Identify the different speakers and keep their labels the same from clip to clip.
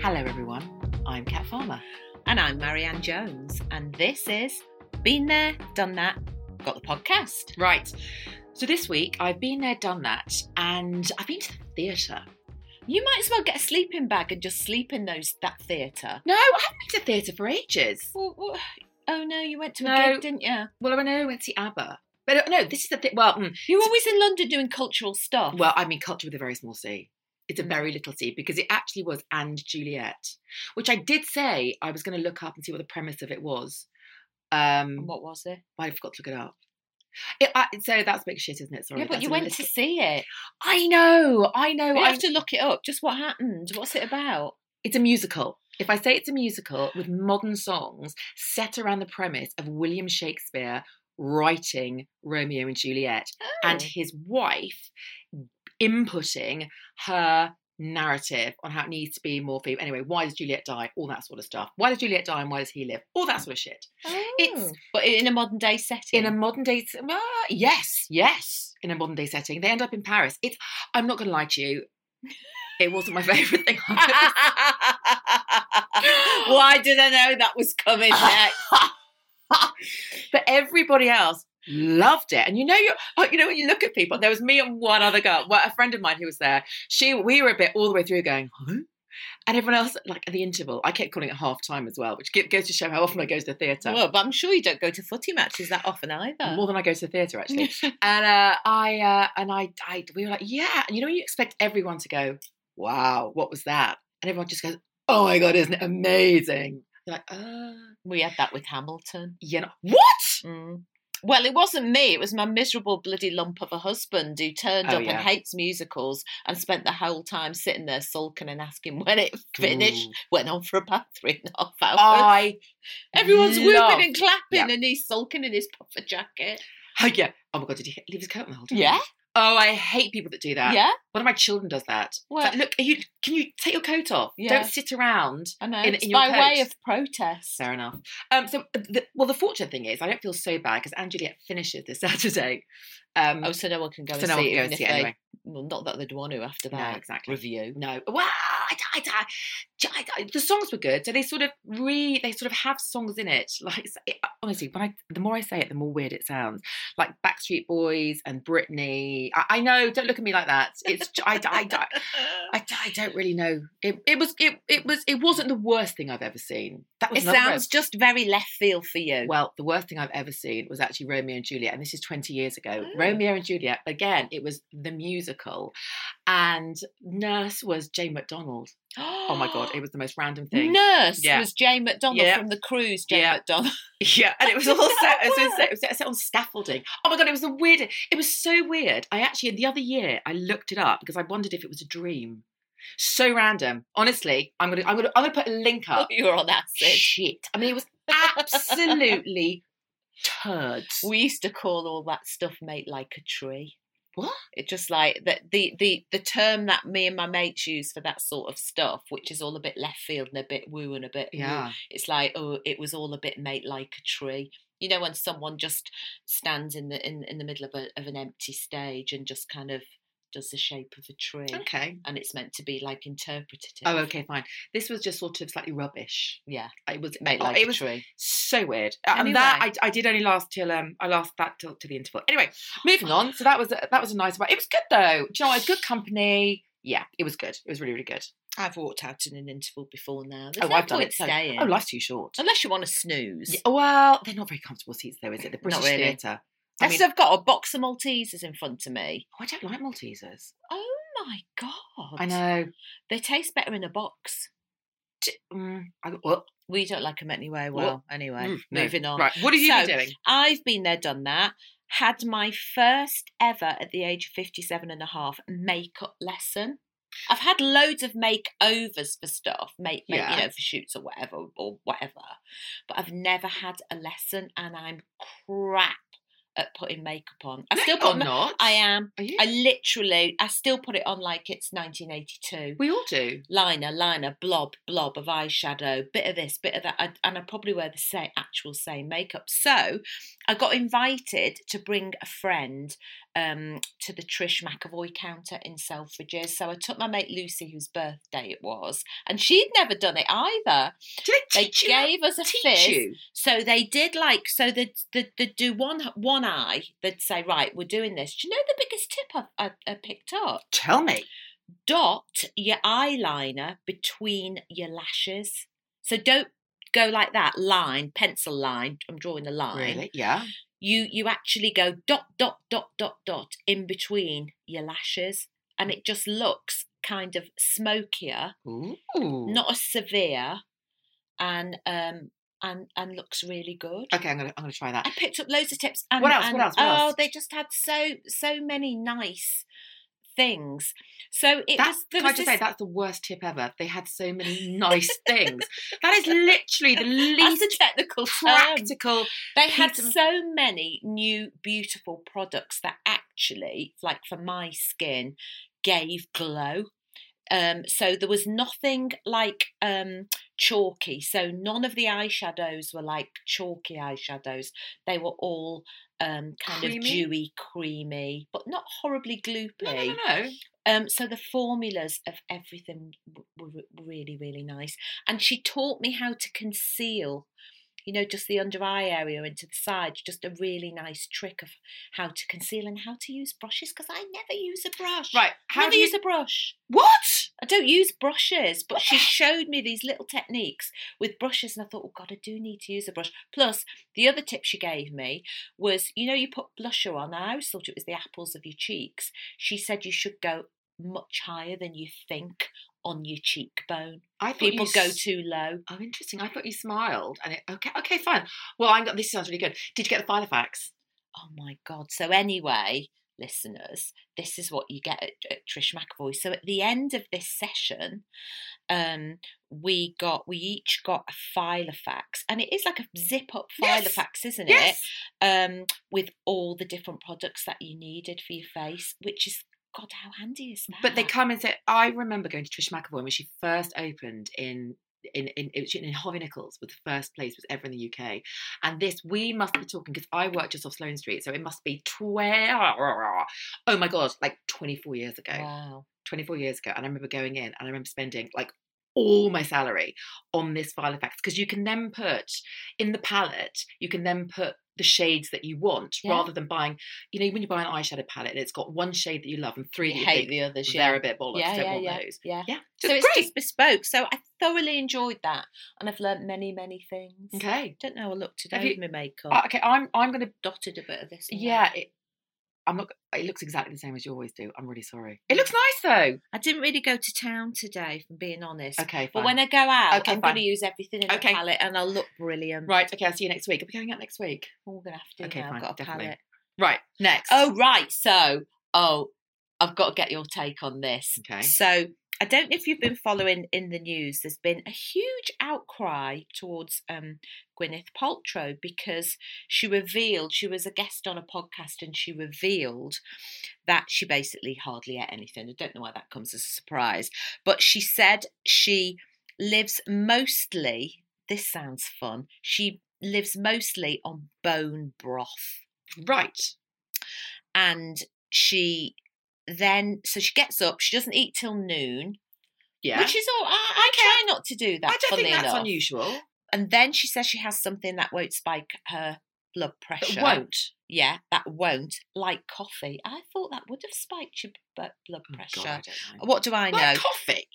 Speaker 1: Hello, everyone. I'm Kat Farmer.
Speaker 2: And I'm Marianne Jones, and this is Been There, Done That, Got the Podcast.
Speaker 1: Right. So this week I've been there, done that, and I've been to the theatre.
Speaker 2: You might as well get a sleeping bag and just sleep in those that theatre.
Speaker 1: No, I haven't been to theatre for ages.
Speaker 2: Well, well, oh no, you went to a
Speaker 1: No.
Speaker 2: gig, didn't you?
Speaker 1: Well, I know I went to see ABBA, but uh, no, this is the thing. Well, mm,
Speaker 2: You were always in London doing cultural stuff.
Speaker 1: well, I mean, culture with a very small C. It's a
Speaker 2: Mm.
Speaker 1: very little C because it actually was and Juliet, which I did say I was going to look up and see what the premise of it was. Um,
Speaker 2: And what was it?
Speaker 1: but I forgot to look it up. It, I, so that's big shit, isn't it? Sorry.
Speaker 2: yeah, but
Speaker 1: that's
Speaker 2: you
Speaker 1: a
Speaker 2: went
Speaker 1: list
Speaker 2: to
Speaker 1: of-
Speaker 2: see it.
Speaker 1: I know, I know.
Speaker 2: You
Speaker 1: I
Speaker 2: have to look it up. Just what happened? What's it about?
Speaker 1: It's a musical. If I say it's a musical with modern songs set around the premise of William Shakespeare writing Romeo and Juliet and
Speaker 2: Oh.
Speaker 1: his wife inputting her narrative on how it needs to be more for anyway why does juliet die all that sort of stuff why does juliet die and why does he live all that sort of shit
Speaker 2: it's but in a modern day setting.
Speaker 1: Oh. in a modern day s- ah, yes yes in a modern day setting they end up in paris it's i'm not gonna lie to you it wasn't my favorite thing I've ever
Speaker 2: Why did I know that was coming
Speaker 1: Ah.
Speaker 2: next?
Speaker 1: but everybody else loved it and you know you oh, you know when you look at people there was me and one other girl well, a friend of mine who was there she we were a bit all the way through going huh? and everyone else like at the interval i kept calling it half time as well which gi- goes to show how often i go to the theatre
Speaker 2: Well, but I'm sure you don't go to footy matches that often either.
Speaker 1: more than i go to the theatre actually and uh, i uh, and I, I we were like yeah and you know when you expect everyone to go wow what was that and everyone just goes oh my god isn't it amazing you're like uh
Speaker 2: we had that with Hamilton.
Speaker 1: yeah no- what
Speaker 2: Mm. Well, it wasn't me. It was my miserable bloody lump of a husband who turned
Speaker 1: Oh,
Speaker 2: up
Speaker 1: yeah.
Speaker 2: and hates musicals and spent the whole time sitting there sulking and asking when it finished.
Speaker 1: Ooh.
Speaker 2: Went on for about three and a half hours.
Speaker 1: I
Speaker 2: Everyone's
Speaker 1: Oh, love-
Speaker 2: whooping and clapping
Speaker 1: Yeah.
Speaker 2: and he's sulking in his puffer jacket.
Speaker 1: Oh yeah. Oh my god, did he leave his coat on the whole time?
Speaker 2: Yeah.
Speaker 1: Oh, I hate people that do that.
Speaker 2: Yeah,
Speaker 1: One of my children does that. It's
Speaker 2: Well-
Speaker 1: like, look, are you can you take your coat off?
Speaker 2: Yeah.
Speaker 1: Don't sit around.
Speaker 2: I know.
Speaker 1: In-
Speaker 2: it's
Speaker 1: in your
Speaker 2: by way
Speaker 1: coat.
Speaker 2: of protest.
Speaker 1: Fair enough. Um, so, the, well, the fortunate thing is, I don't feel so bad because Anne Juliet finishes this Saturday. Um,
Speaker 2: Oh, so no one can go
Speaker 1: so
Speaker 2: and
Speaker 1: no one
Speaker 2: see it.
Speaker 1: can go
Speaker 2: even
Speaker 1: and
Speaker 2: if
Speaker 1: see it
Speaker 2: they-
Speaker 1: anyway.
Speaker 2: Well, not that they'd want to after
Speaker 1: No,
Speaker 2: that
Speaker 1: exactly.
Speaker 2: review.
Speaker 1: No. Wow. I, I, I, I, I- the songs were good, so they sort of re they sort of have songs in it. Like it's- it, uh, honestly, when I the more I say it, the more weird it sounds. Like Backstreet Boys and Britney. I, I know. Don't look at me like that. It's j- I, I, I, I, d- I don't really know. It, it was it, it was it wasn't the worst thing I've ever seen. That was
Speaker 2: it
Speaker 1: another
Speaker 2: sounds just very left field for you.
Speaker 1: Ro- well. The worst thing I've ever seen was actually Romeo and Juliet, and this is twenty years ago.
Speaker 2: Oh.
Speaker 1: Romeo and Juliet again. It was the musical, and Nurse was Jane McDonald. Oh my god, it was the most random thing.
Speaker 2: Nurse
Speaker 1: Yeah.
Speaker 2: was Jane McDonald
Speaker 1: Yeah,
Speaker 2: from the cruise. Jane
Speaker 1: yeah.
Speaker 2: McDonald.
Speaker 1: Yeah, and it was all
Speaker 2: Did
Speaker 1: set,
Speaker 2: that
Speaker 1: it was all
Speaker 2: work?
Speaker 1: set, it was set- set on scaffolding. Oh my god, it was the weirdest. It was so weird. I actually the other year I looked it up because I wondered if it was a dream. So random. Honestly, I'm gonna I'm gonna I'm gonna put a link up.
Speaker 2: you were on acid.
Speaker 1: shit. I mean, it was absolutely turds.
Speaker 2: We used to call all that stuff "mate like a tree."
Speaker 1: What?
Speaker 2: It just like that the the the term that me and my mates use for that sort of stuff, which is all a bit left field and a bit woo and a bit woo.
Speaker 1: yeah.
Speaker 2: It's like oh, it was all a bit mate like a tree. You know when someone just stands in the in, in the middle of a of an empty stage and just kind of does the shape of a tree,
Speaker 1: Okay.
Speaker 2: and it's meant to be like interpretative.
Speaker 1: Oh, okay, fine. This was just sort of slightly rubbish.
Speaker 2: Yeah.
Speaker 1: It was
Speaker 2: Mate
Speaker 1: oh,
Speaker 2: like a
Speaker 1: it was
Speaker 2: tree.
Speaker 1: so weird. Uh, And that I,
Speaker 2: Anyway.
Speaker 1: I did only last till um I last that till to the interval. Anyway, moving on. So that was a, that was a nice one. It was good though. Do you know what? Good company. Yeah, it was good. It was really really good.
Speaker 2: I've walked out in an interval before now. There's
Speaker 1: oh,
Speaker 2: no
Speaker 1: I've done
Speaker 2: point
Speaker 1: it. So,
Speaker 2: staying.
Speaker 1: oh, life's too short.
Speaker 2: Unless you want to snooze.
Speaker 1: Yeah, well, they're not very comfortable seats though, is it? The British
Speaker 2: really.
Speaker 1: Theatre. I
Speaker 2: I
Speaker 1: mean,
Speaker 2: have got a box of Maltesers in front of me.
Speaker 1: oh, I don't like Maltesers.
Speaker 2: Oh my god!
Speaker 1: I know.
Speaker 2: they taste better in a box.
Speaker 1: Mm, I, well,
Speaker 2: We don't like them anyway.
Speaker 1: Well,
Speaker 2: Well, anyway,
Speaker 1: mm, no.
Speaker 2: moving on.
Speaker 1: Right, what have you been
Speaker 2: So,
Speaker 1: doing?
Speaker 2: I've been there, done that. Had my first ever at the age of 57 and a half makeup lesson. I've had loads of makeovers for stuff, make, make
Speaker 1: Yeah.
Speaker 2: you know, for shoots or whatever or whatever, but I've never had a lesson, and I'm crap at putting makeup on. I
Speaker 1: No,
Speaker 2: still
Speaker 1: you're
Speaker 2: put. ma-
Speaker 1: not.
Speaker 2: I am.
Speaker 1: Are you?
Speaker 2: I literally. I still put it on like it's 1982.
Speaker 1: we all do.
Speaker 2: Liner, liner, blob, blob of eyeshadow, bit of this, bit of that, I, and I probably wear the same actual same makeup. So, I got invited to bring a friend um, to the Trish McAvoy counter in Selfridges. So I took my mate Lucy, whose birthday it was, and she'd never done it either.
Speaker 1: Do they
Speaker 2: They
Speaker 1: teach you? how
Speaker 2: gave us a
Speaker 1: to
Speaker 2: fizz.
Speaker 1: teach you?
Speaker 2: So they did like so the the the do one one eye. They'd say right, we're doing this. Do you know the biggest tip I, I, I picked up?
Speaker 1: Tell me.
Speaker 2: Dot your eyeliner between your lashes. So don't go like that line pencil line. I'm drawing a line.
Speaker 1: Really? Yeah.
Speaker 2: You you actually go dot dot dot dot dot in between your lashes, and it just looks kind of smokier
Speaker 1: Ooh.
Speaker 2: not as severe and um and and looks really good
Speaker 1: Okay, I'm gonna I'm gonna try
Speaker 2: i
Speaker 1: that.
Speaker 2: picked up loads of tips and,
Speaker 1: What else, what
Speaker 2: and-
Speaker 1: else, what
Speaker 2: oh
Speaker 1: else?
Speaker 2: they just had so so many nice things so it
Speaker 1: That's
Speaker 2: was, there
Speaker 1: can I
Speaker 2: was
Speaker 1: just
Speaker 2: this,
Speaker 1: say that's the worst tip ever. They had so many nice things. That is literally the Um,
Speaker 2: that's
Speaker 1: least
Speaker 2: a technical term
Speaker 1: practical.
Speaker 2: they had
Speaker 1: piece of-
Speaker 2: so many new beautiful products that actually like for my skin gave glow um so there was nothing like um chalky so none of the eyeshadows were like chalky eyeshadows they were all um kind of
Speaker 1: Creamy?
Speaker 2: dewy creamy but not horribly gloopy
Speaker 1: No, no, no, no.
Speaker 2: um, so the formulas of everything w- were re- really, really nice. And she taught me how to conceal, you know, just the under eye area and to the sides. Just a really nice trick of how to conceal and how to use brushes because I never use a brush.
Speaker 1: Right.
Speaker 2: I
Speaker 1: How
Speaker 2: never
Speaker 1: do you
Speaker 2: use a brush.
Speaker 1: What?
Speaker 2: I don't use brushes, but she showed me these little techniques with brushes, and I thought, oh God, I do need to use a brush. Plus, the other tip she gave me was you know, you put blusher on, I always thought it was the apples of your cheeks. She said you should go much higher than you think on your cheekbone.
Speaker 1: I thought
Speaker 2: People
Speaker 1: you
Speaker 2: go
Speaker 1: s-
Speaker 2: too low.
Speaker 1: Oh, interesting. I thought you smiled, and it, okay, okay, fine. Well, I'm got this. Sounds really good. Did you get the Filofax?
Speaker 2: Oh my God. So, anyway, listeners, this is what you get at, at Trish McAvoy. So, at the end of this session, um, we got we each got a file of facts, and it is like a zip up file of
Speaker 1: Yes.
Speaker 2: facts, isn't
Speaker 1: Yes.
Speaker 2: it? Um, with all the different products that you needed for your face, which is God, how handy is that?
Speaker 1: But they come and say, I remember going to Trish McAvoy when she first opened in. In, in it was in Harvey Nichols was the first place was ever in the UK, and this we must be talking because I worked just off Sloane Street, so it must be twelve. Oh my god, like twenty four years ago.
Speaker 2: Wow.
Speaker 1: 24 years ago and I remember going in and I remember spending like all my salary on this file effects because you can then put in the palette you can then put the shades that you want
Speaker 2: Yeah.
Speaker 1: rather than buying you know when you buy an eyeshadow palette and it's got one shade that you love and
Speaker 2: You
Speaker 1: three that you
Speaker 2: hate
Speaker 1: think
Speaker 2: the others,
Speaker 1: they're
Speaker 2: yeah.
Speaker 1: a bit bollocks
Speaker 2: Yeah,
Speaker 1: don't
Speaker 2: yeah,
Speaker 1: want
Speaker 2: yeah,
Speaker 1: those
Speaker 2: yeah.
Speaker 1: yeah
Speaker 2: So
Speaker 1: just
Speaker 2: it's
Speaker 1: great
Speaker 2: just bespoke. So I thoroughly enjoyed that, and I've learnt many, many things.
Speaker 1: okay
Speaker 2: Don't know. I look today
Speaker 1: Have
Speaker 2: with
Speaker 1: you-
Speaker 2: my makeup.
Speaker 1: Uh, okay I'm I'm gonna
Speaker 2: dotted a bit of this. and that.
Speaker 1: yeah it, I'm not it looks exactly the same as you always do I'm really sorry it looks nice
Speaker 2: I didn't really go to town today, if I'm being honest.
Speaker 1: though okay
Speaker 2: But
Speaker 1: fine.
Speaker 2: when I go out,
Speaker 1: Okay,
Speaker 2: I'm going to
Speaker 1: fine.
Speaker 2: use everything in
Speaker 1: Okay.
Speaker 2: the palette, and I'll look brilliant.
Speaker 1: right okay I'll see you next week are we going out next week
Speaker 2: We're going to have to.
Speaker 1: Okay,
Speaker 2: now.
Speaker 1: fine,
Speaker 2: I've got a
Speaker 1: definitely.
Speaker 2: palette.
Speaker 1: right next
Speaker 2: Oh right. So oh, I've got to get your take on this.
Speaker 1: okay
Speaker 2: So I don't know if you've been following in the news. There's been a huge outcry towards um, Gwyneth Paltrow because she revealed she was a guest on a podcast and she revealed that she basically hardly ate anything. I don't know why that comes as a surprise, but she said she lives mostly. This sounds fun. She lives mostly on bone broth
Speaker 1: right
Speaker 2: and she then so she gets up she doesn't eat till noon
Speaker 1: yeah
Speaker 2: which is all i, I try not to do that
Speaker 1: I don't
Speaker 2: funnily
Speaker 1: think that's
Speaker 2: enough.
Speaker 1: unusual. Oh,
Speaker 2: and then she says she has something that won't spike her blood
Speaker 1: But
Speaker 2: pressure
Speaker 1: won't.
Speaker 2: yeah that won't like coffee i thought that would have spiked your bu- blood
Speaker 1: Oh, God,
Speaker 2: pressure
Speaker 1: I don't know.
Speaker 2: what do i know
Speaker 1: Like coffee.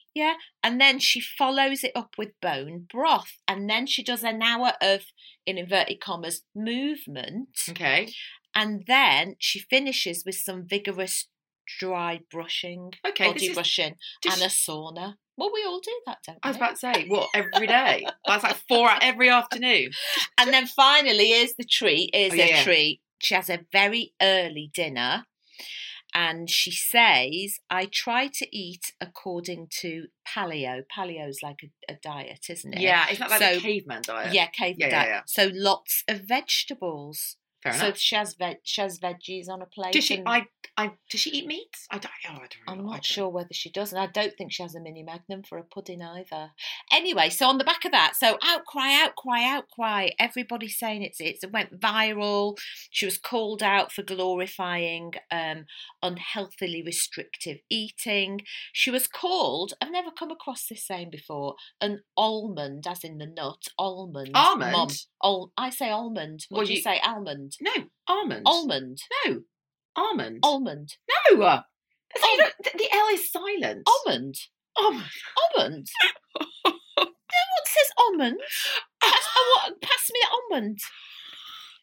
Speaker 2: and then she follows it up with bone broth and then she does an hour of in inverted commas movement
Speaker 1: Okay.
Speaker 2: and then she finishes with some vigorous dry brushing,
Speaker 1: Okay.
Speaker 2: body
Speaker 1: This is,
Speaker 2: brushing,
Speaker 1: does
Speaker 2: and a sauna. Well, we all do that, don't
Speaker 1: I
Speaker 2: we?
Speaker 1: was about to say, what, every day? That's like four out every afternoon.
Speaker 2: and then finally, here's the treat. Here's
Speaker 1: Oh, yeah,
Speaker 2: her
Speaker 1: yeah.
Speaker 2: treat. She has a very early dinner, and she says, "I try to eat according to paleo. Paleo's like a, a diet, isn't it?
Speaker 1: Yeah, it's not like
Speaker 2: So-
Speaker 1: the caveman diet.
Speaker 2: Yeah, cave
Speaker 1: Yeah, yeah,
Speaker 2: diet.
Speaker 1: yeah.
Speaker 2: So lots of vegetables.
Speaker 1: Fair
Speaker 2: so
Speaker 1: enough.
Speaker 2: she has veg- she has veggies on a plate.
Speaker 1: Does she?
Speaker 2: and
Speaker 1: I. I. Does she eat meat? I don't. Oh, I don't
Speaker 2: I'm
Speaker 1: know. I
Speaker 2: not
Speaker 1: don't-
Speaker 2: sure whether she does, and I don't think she has a mini magnum for a pudding either. Anyway, so on the back of that, so outcry, outcry, outcry. Everybody saying it's it's it went viral. She was called out for glorifying um, unhealthily restrictive eating. She was called. I've never come across this saying before. An almond, as in the nut, almond.
Speaker 1: Almond?
Speaker 2: mum. Al- I say almond. What
Speaker 1: Well,
Speaker 2: do you,
Speaker 1: you-
Speaker 2: say? Almond.
Speaker 1: No. Almond.
Speaker 2: Almond.
Speaker 1: No. Almond.
Speaker 2: Almond.
Speaker 1: no. uh, that's- you
Speaker 2: Almond.
Speaker 1: don't- th- the L is silent.
Speaker 2: Almond.
Speaker 1: Almond.
Speaker 2: almond. no one says almond. Pass, I want, pass me the almond.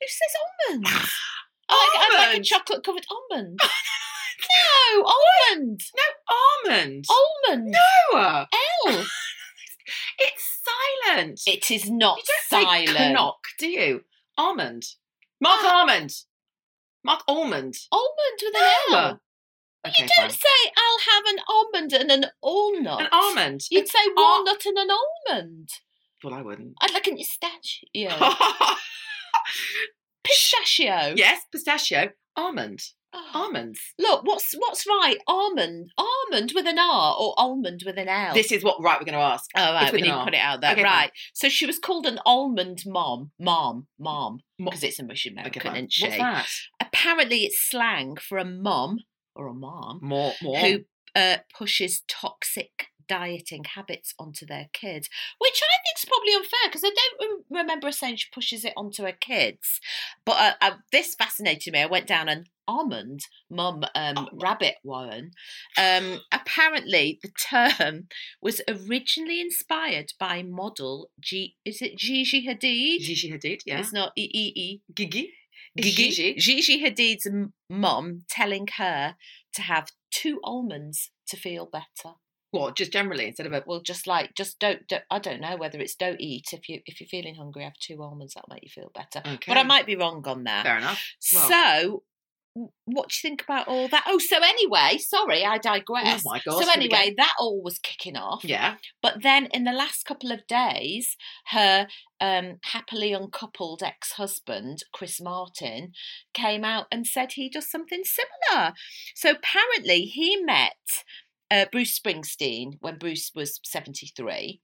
Speaker 2: Who says almond? I like, I like a
Speaker 1: Almond.
Speaker 2: chocolate covered almond. no, almond.
Speaker 1: Almond.
Speaker 2: Almond.
Speaker 1: No. uh,
Speaker 2: L.
Speaker 1: It's silent.
Speaker 2: It is not
Speaker 1: you don't
Speaker 2: silent.
Speaker 1: say knock, do you? Almond. Mark almond. Mark almond.
Speaker 2: Almond with an
Speaker 1: No.
Speaker 2: L.
Speaker 1: Okay,
Speaker 2: You
Speaker 1: fine.
Speaker 2: don't say I'll have an almond and an alnut.
Speaker 1: An almond.
Speaker 2: You'd say walnut and an almond.
Speaker 1: Well, I wouldn't.
Speaker 2: I'd like an pistachio. pistachio.
Speaker 1: yes, pistachio. Almond.
Speaker 2: Oh.
Speaker 1: Almonds.
Speaker 2: Look, what's what's right? Almond, almond with an R or almond with an L?
Speaker 1: This is what, right, we're going to ask.
Speaker 2: oh, right,
Speaker 1: it's
Speaker 2: we
Speaker 1: with an
Speaker 2: need to
Speaker 1: R.
Speaker 2: put it out there.
Speaker 1: Okay, fine.
Speaker 2: right. So she was called an almond mom, mom, mom,
Speaker 1: Mo-
Speaker 2: because it's a mush
Speaker 1: Okay,
Speaker 2: American,
Speaker 1: fine.
Speaker 2: isn't
Speaker 1: What's
Speaker 2: she?
Speaker 1: that?
Speaker 2: Apparently, it's slang for a mom or a mom
Speaker 1: More, more.
Speaker 2: who uh, pushes toxic dieting habits onto their kids, which I think's probably unfair because I don't rem- remember her saying she pushes it onto her kids. But uh, uh, this fascinated me. I went down an almond mum um,
Speaker 1: Oh.
Speaker 2: rabbit warren. Um, apparently, the term was originally inspired by model G. Is it Gigi Hadid?
Speaker 1: Gigi Hadid, yeah.
Speaker 2: It's not E E E.
Speaker 1: Gigi.
Speaker 2: Gigi, Gigi Hadid's m- mum telling her to have two almonds to feel better.
Speaker 1: What, just generally, instead of a.
Speaker 2: Well, just like just don't, don't I don't know whether it's don't eat if you if you're feeling hungry, have two almonds that'll make you feel better.
Speaker 1: Okay.
Speaker 2: But I might be wrong on that.
Speaker 1: Fair enough. well-
Speaker 2: So, w- what do you think about all that? Oh, so anyway, sorry, I digress.
Speaker 1: Oh my gosh.
Speaker 2: so
Speaker 1: here we go.
Speaker 2: anyway, that all was kicking off.
Speaker 1: Yeah.
Speaker 2: But then in the last couple of days, her um, happily uncoupled ex husband, Chris Martin, came out and said he does something similar. So apparently he met uh, Bruce Springsteen when Bruce was 73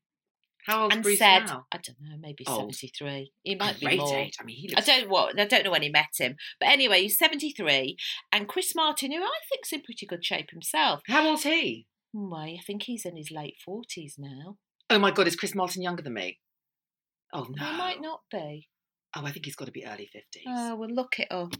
Speaker 1: How old's
Speaker 2: and
Speaker 1: Bruce
Speaker 2: said,
Speaker 1: now?
Speaker 2: I don't know, maybe
Speaker 1: Old.
Speaker 2: 73. He might be
Speaker 1: Great
Speaker 2: more.
Speaker 1: age. I mean, he
Speaker 2: I
Speaker 1: looks.
Speaker 2: don't what I don't know when he met him, but anyway, he's seventy three, and Chris Martin, who I think's in pretty good shape himself.
Speaker 1: How old's he?
Speaker 2: Hmm, I think he's in his late forties now.
Speaker 1: Oh my God, is Chris Martin younger than me? Oh no.
Speaker 2: He might not be.
Speaker 1: Oh, I think he's got to be early 50s.
Speaker 2: Oh, we'll look it up.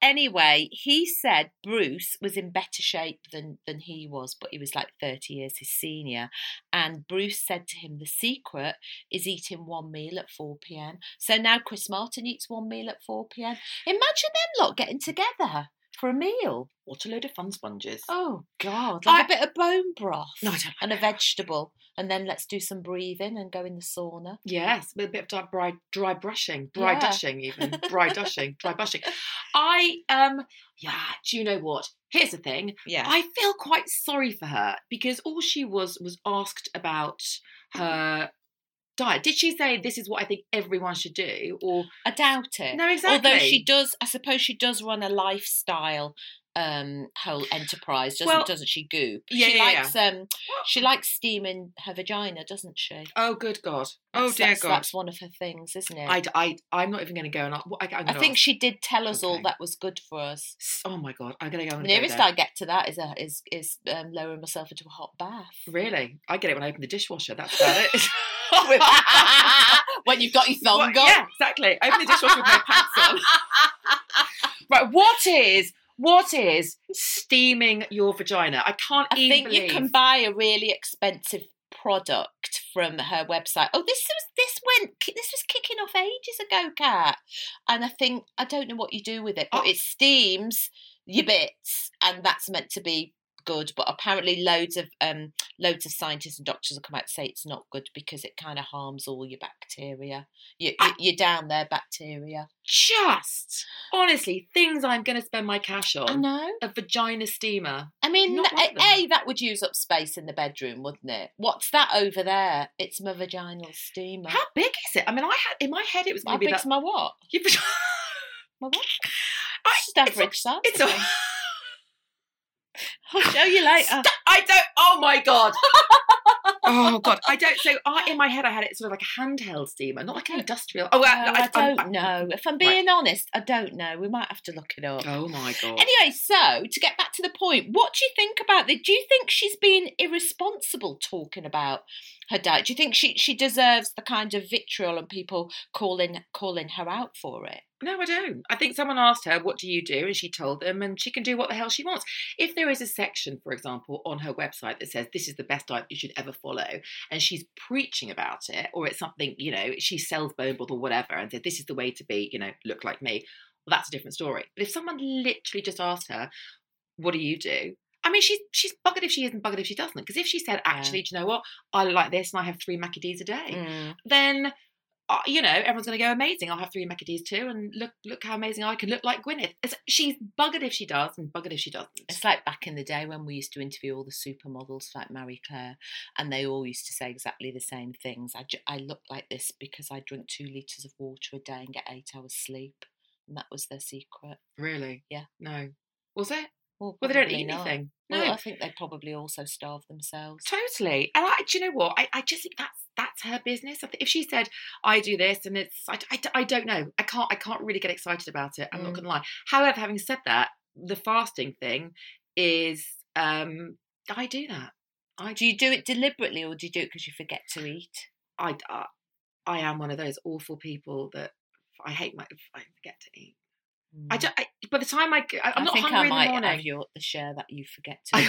Speaker 2: Anyway, he said Bruce was in better shape than than he was, but he was like 30 years his senior. And Bruce said to him, "The secret is eating one meal at 4 p.m." So now Chris Martin eats one meal at 4 p.m. Imagine them lot getting together for a meal.
Speaker 1: what a load of fun sponges.
Speaker 2: Oh God, like a bit of bone broth
Speaker 1: No, I don't like
Speaker 2: and a
Speaker 1: that.
Speaker 2: vegetable, and then let's do some breathing and go in the sauna.
Speaker 1: Yes, with a bit of dry, dry, dry brushing, dry
Speaker 2: Yeah.
Speaker 1: dashing, even dry dashing, dry brushing. I um, yeah. Do you know what? Here's the thing.
Speaker 2: Yeah,
Speaker 1: I feel quite sorry for her because all she was was asked about Mm-hmm. her diet. Did she say this is what I think everyone should do? Or
Speaker 2: I doubt it.
Speaker 1: no, exactly.
Speaker 2: Although she does, I suppose she does run a lifestyle um whole enterprise, doesn't
Speaker 1: Well-
Speaker 2: doesn't she? Goop.
Speaker 1: Yeah,
Speaker 2: she
Speaker 1: yeah,
Speaker 2: likes um she likes steaming her vagina, doesn't she?
Speaker 1: Oh, good God. Oh,
Speaker 2: That's-
Speaker 1: dear
Speaker 2: that's,
Speaker 1: God.
Speaker 2: That's one of her things, isn't it?
Speaker 1: I, I, I'm not even going to go and ask. I, I'm
Speaker 2: I
Speaker 1: gonna
Speaker 2: think
Speaker 1: ask-
Speaker 2: she did tell us all
Speaker 1: Okay.
Speaker 2: that was good for us.
Speaker 1: S- Oh my God. I'm going to go and go
Speaker 2: Nearest
Speaker 1: there.
Speaker 2: I get to that is a, is is um, lowering myself into a hot bath.
Speaker 1: Really? I get it when I open the dishwasher. That's about it.
Speaker 2: when you've got your thumb
Speaker 1: What-
Speaker 2: gone.
Speaker 1: Yeah, exactly. I open the dishwasher with my pants on. Right, what is what is steaming your vagina? I can't
Speaker 2: I
Speaker 1: even
Speaker 2: think you
Speaker 1: believe-
Speaker 2: can buy a really expensive product from her website. Oh, this was this went this was kicking off ages ago, Kat. And I think I don't know what you do with it, but
Speaker 1: Oh.
Speaker 2: it steams your bits, and that's meant to be good. But apparently, loads of um loads of scientists and doctors have come out to say it's not good because it kind of harms all your bacteria. You, you,
Speaker 1: I-
Speaker 2: you're down there, bacteria.
Speaker 1: just honestly things I'm going to spend my cash
Speaker 2: I
Speaker 1: on.
Speaker 2: know.
Speaker 1: A vagina steamer.
Speaker 2: I mean,
Speaker 1: Not one of
Speaker 2: a, A, that would use up space in the bedroom, wouldn't it? What's that over there? It's my vaginal steamer.
Speaker 1: How big is it? I mean, I had in my head it was
Speaker 2: How
Speaker 1: going to be
Speaker 2: big's
Speaker 1: that.
Speaker 2: my what?
Speaker 1: Your vagina-
Speaker 2: Well, what?
Speaker 1: I-
Speaker 2: Just average size.
Speaker 1: It's all.
Speaker 2: I'll show you later.
Speaker 1: I don't. Oh my god. oh god. I don't. So I, in my head, I had it sort of like a handheld steamer, not like an industrial. Oh, well,
Speaker 2: No,
Speaker 1: I-
Speaker 2: I
Speaker 1: I'm-
Speaker 2: don't know. If I'm being honest, I don't know. We might have to look it up.
Speaker 1: Oh my god.
Speaker 2: Anyway, so to get back to the point, what do you think about this? Do you think she's being irresponsible talking about her diet? Do you think she, she deserves the kind of vitriol and people calling calling her out for it?
Speaker 1: No, I don't. I think someone asked her, What do you do? And she told them, and she can do what the hell she wants. If there is a section, for example, on her website that says, This is the best diet you should ever follow, and she's preaching about it, or it's something, you know, she sells bone broth or whatever, and said, This is the way to be, you know, look like me, well, that's a different story. But if someone literally just asked her, What do you do? I mean, she's she's buggered if she isn't buggered if she doesn't. Because if she said,
Speaker 2: Yeah.
Speaker 1: actually, do you know what? I look like this and I have three Macca D's a day
Speaker 2: Hmm.
Speaker 1: then uh, you know everyone's going to go amazing. I'll have three Macadies too, and look look how amazing I can look like Gwyneth. It's, she's buggered if she does, and buggered if she doesn't.
Speaker 2: It's like back in the day when we used to interview all the supermodels like Marie Claire, and they all used to say exactly the same things. I, ju- I look like this because I drink two litres of water a day and get eight hours sleep. And that was their secret.
Speaker 1: Really?
Speaker 2: Yeah.
Speaker 1: No. Was it?
Speaker 2: Well,
Speaker 1: Well, they don't
Speaker 2: probably
Speaker 1: eat
Speaker 2: not.
Speaker 1: anything. No.
Speaker 2: Well, I think they probably also starve themselves.
Speaker 1: Totally. And I, do you know what? I, I just think that's that's her business. I think if she said, "I do this," and it's, I, I, I don't know. I can't I can't really get excited about it. I'm not
Speaker 2: Mm.
Speaker 1: going to lie. However, having said that, the fasting thing is, um, I do that. I
Speaker 2: Do you do it deliberately or do you do it because you forget to eat?
Speaker 1: I, I, I am one of those awful people that I hate my. I forget to eat. I, ju- I by the time I, g- I
Speaker 2: Hmm. Mm.
Speaker 1: am
Speaker 2: I
Speaker 1: not
Speaker 2: think I
Speaker 1: hungry
Speaker 2: might
Speaker 1: in the
Speaker 2: have
Speaker 1: morning.
Speaker 2: your, the share that you forget to
Speaker 1: I,
Speaker 2: eat.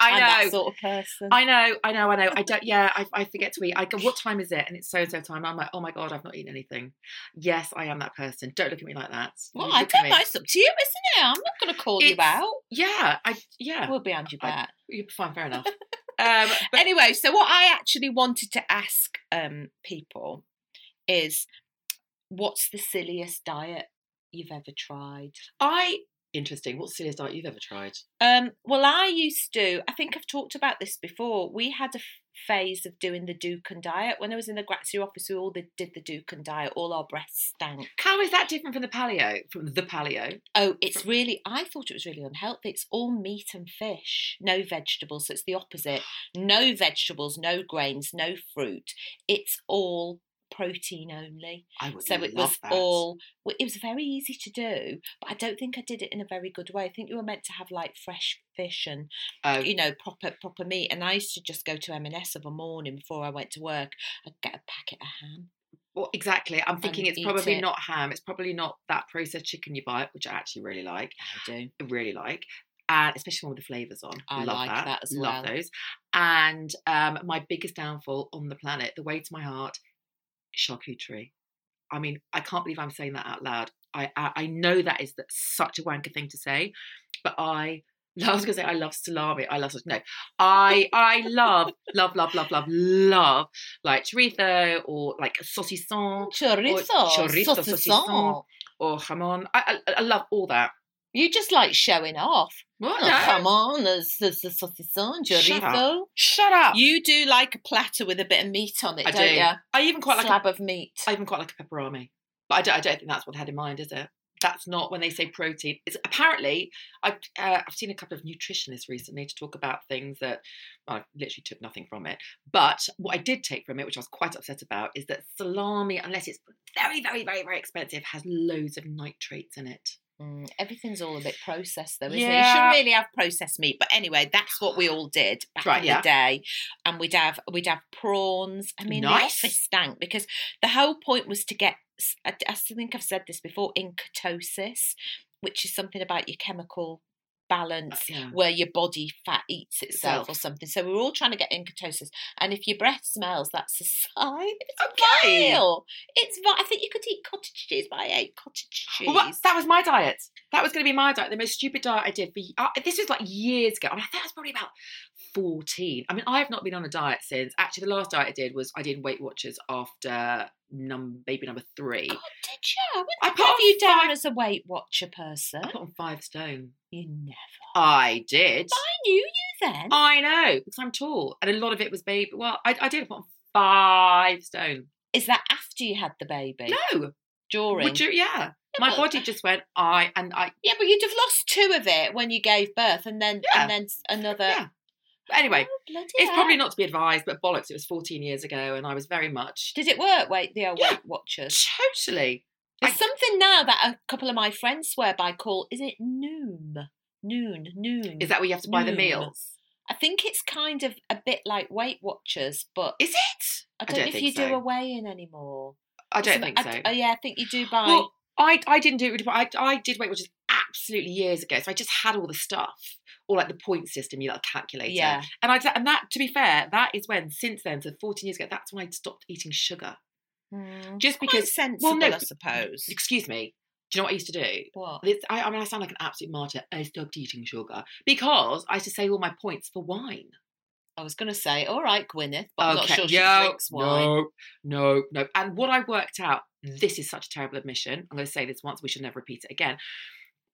Speaker 2: I'm
Speaker 1: I
Speaker 2: that
Speaker 1: know.
Speaker 2: sort of person.
Speaker 1: I know, I know, I know. I don't. Yeah, I, I forget to eat. I go, what time is it? And it's so and so time. I'm like, oh my god, I've not eaten anything. Yes, I am that person. Don't look at me like that. You
Speaker 2: well, I
Speaker 1: look at
Speaker 2: don't
Speaker 1: me.
Speaker 2: know. It's up to you, isn't it? I'm not going to call you
Speaker 1: It's-
Speaker 2: out.
Speaker 1: Yeah, I yeah.
Speaker 2: We'll be behind your
Speaker 1: I-
Speaker 2: back.
Speaker 1: You're fine, fair enough. Um, but
Speaker 2: anyway, so what I actually wanted to ask um, people is what's the silliest diet you've ever tried?
Speaker 1: I interesting. What's the silliest diet you've ever tried?
Speaker 2: Um, well, I used to, I think I've talked about this before. We had a f- phase of doing the Dukan diet. When I was in the Grazia office, we all did, did the Dukan diet. All our breasts stank.
Speaker 1: How is that different from the paleo? From the paleo?
Speaker 2: Oh, it's really, I thought it was really unhealthy. It's all meat and fish, no vegetables. So it's the opposite. No vegetables, no grains, no fruit. It's all protein only.
Speaker 1: I would
Speaker 2: So
Speaker 1: love
Speaker 2: it was
Speaker 1: that.
Speaker 2: all. Well, it was very easy to do, but I don't think I did it in a very good way. I think you were meant to have like fresh fish and
Speaker 1: Oh,
Speaker 2: you know proper proper meat. And I used to just go to M and S of a morning before I went to work. I'd get a packet of ham.
Speaker 1: Well, exactly. I'm thinking
Speaker 2: and
Speaker 1: it's
Speaker 2: eat
Speaker 1: probably
Speaker 2: it.
Speaker 1: not ham. It's probably not that processed chicken you buy, which I actually really like.
Speaker 2: I do.
Speaker 1: I Really like. And especially one with the flavours on.
Speaker 2: I
Speaker 1: Love
Speaker 2: like that as
Speaker 1: Love
Speaker 2: well.
Speaker 1: those. And um, my biggest downfall on the planet, the way to my heart, charcuterie. I mean, I can't believe I'm saying that out loud. I I, I know that is the, such a wanker thing to say, but I. I was gonna say I love salami. I love no. I I love love love love love love like chorizo or like saucisson
Speaker 2: Chorizo,
Speaker 1: chorizo,
Speaker 2: saucisson.
Speaker 1: saucisson. or jamon. I, I I love all that.
Speaker 2: You just like showing off.
Speaker 1: What?
Speaker 2: Oh,
Speaker 1: No.
Speaker 2: come on, there's there's the saucisson,
Speaker 1: Shut up.
Speaker 2: chorizo.
Speaker 1: Shut up.
Speaker 2: You do like a platter with a bit of meat on it,
Speaker 1: I
Speaker 2: don't
Speaker 1: do.
Speaker 2: you?
Speaker 1: I even quite like
Speaker 2: Slab
Speaker 1: a,
Speaker 2: of meat.
Speaker 1: I even quite like a pepperami, but I don't, I don't think that's what they had in mind, is it? That's not when they say protein. It's apparently I've uh, I've seen a couple of nutritionists recently to talk about things that well, I literally took nothing from it. But what I did take from it, which I was quite upset about, is that salami, unless it's very very very very expensive, has loads of nitrates in it.
Speaker 2: Mm, everything's all a bit processed, though, isn't it? You
Speaker 1: Yeah.
Speaker 2: shouldn't really have processed meat, but anyway, that's what we all did back
Speaker 1: Right,
Speaker 2: in
Speaker 1: yeah.
Speaker 2: the day, and we'd have we'd have prawns. I mean,
Speaker 1: Nice.
Speaker 2: the office stank because the whole point was to get. s- I, I think I've said this before in ketosis, which is something about your chemical balance
Speaker 1: Yeah.
Speaker 2: where your body fat eats itself
Speaker 1: Itself.
Speaker 2: or something. So we're all trying to get in ketosis, and if your breath smells, that's a sign. It's
Speaker 1: Okay.
Speaker 2: vile. It's. vi- I think you could eat cottage cheese, but I ate cottage cheese.
Speaker 1: Well, that, that was my diet. That was going to be my diet. The most stupid diet I did for uh, this was like years ago. I, mean, I think I was probably about fourteen. I mean, I have not been on a diet since. Actually, the last diet I did was I did Weight Watchers after num baby number three.
Speaker 2: God, did you?
Speaker 1: I
Speaker 2: I
Speaker 1: put
Speaker 2: put
Speaker 1: on
Speaker 2: have you down
Speaker 1: five-
Speaker 2: as a Weight Watcher person.
Speaker 1: I put on five stone.
Speaker 2: You never.
Speaker 1: I did.
Speaker 2: I knew you then.
Speaker 1: I know because I'm tall, and a lot of it was baby. Well, I, I did put on five stone.
Speaker 2: Is that after you had the baby?
Speaker 1: No,
Speaker 2: During?
Speaker 1: would you? Yeah, My
Speaker 2: but-
Speaker 1: body just went, I, and I,
Speaker 2: Yeah, but you'd have lost two of it when you gave birth, and then
Speaker 1: Yeah.
Speaker 2: and then s- another.
Speaker 1: yeah. But anyway,
Speaker 2: Oh, bloody
Speaker 1: it's
Speaker 2: hell.
Speaker 1: probably not to be advised, but bollocks, it was 14 years ago and I was very much,
Speaker 2: Did it work? Wait, the old
Speaker 1: Yeah.
Speaker 2: Weight Watchers.
Speaker 1: totally.
Speaker 2: There's
Speaker 1: I-
Speaker 2: something now that a couple of my friends swear by. Call is it noom? Noon, noon.
Speaker 1: Is that where you have to buy the
Speaker 2: Noom.
Speaker 1: meals?
Speaker 2: I think it's kind of a bit like Weight Watchers, but
Speaker 1: Is it?
Speaker 2: I don't, know if
Speaker 1: think
Speaker 2: you do
Speaker 1: so.
Speaker 2: a weigh in anymore.
Speaker 1: I don't
Speaker 2: Some-
Speaker 1: think so.
Speaker 2: d- oh, yeah, I think you do buy.
Speaker 1: Well, I, I didn't do it really, but I, I did Weight Watchers absolutely years ago. So I just had all the stuff, or like the point system, you know, like a calculator.
Speaker 2: yeah,
Speaker 1: And I and that, to be fair, that is when since then, so 14 years ago, that's when I stopped eating sugar.
Speaker 2: Mm.
Speaker 1: Just
Speaker 2: Quite
Speaker 1: Hmm. because,
Speaker 2: sensible,
Speaker 1: no,
Speaker 2: I suppose.
Speaker 1: excuse me, do you know what I used to do?
Speaker 2: What?
Speaker 1: This, I, I mean, I sound like an absolute martyr. I stopped eating sugar because I used to save all my points for wine.
Speaker 2: I was going to say, all right, Gwyneth, but I'm not sure she
Speaker 1: no,
Speaker 2: drinks wine. Mm.
Speaker 1: No, no, no. And what I worked out, this is such a terrible admission. I'm going to say this once, we should never repeat it again.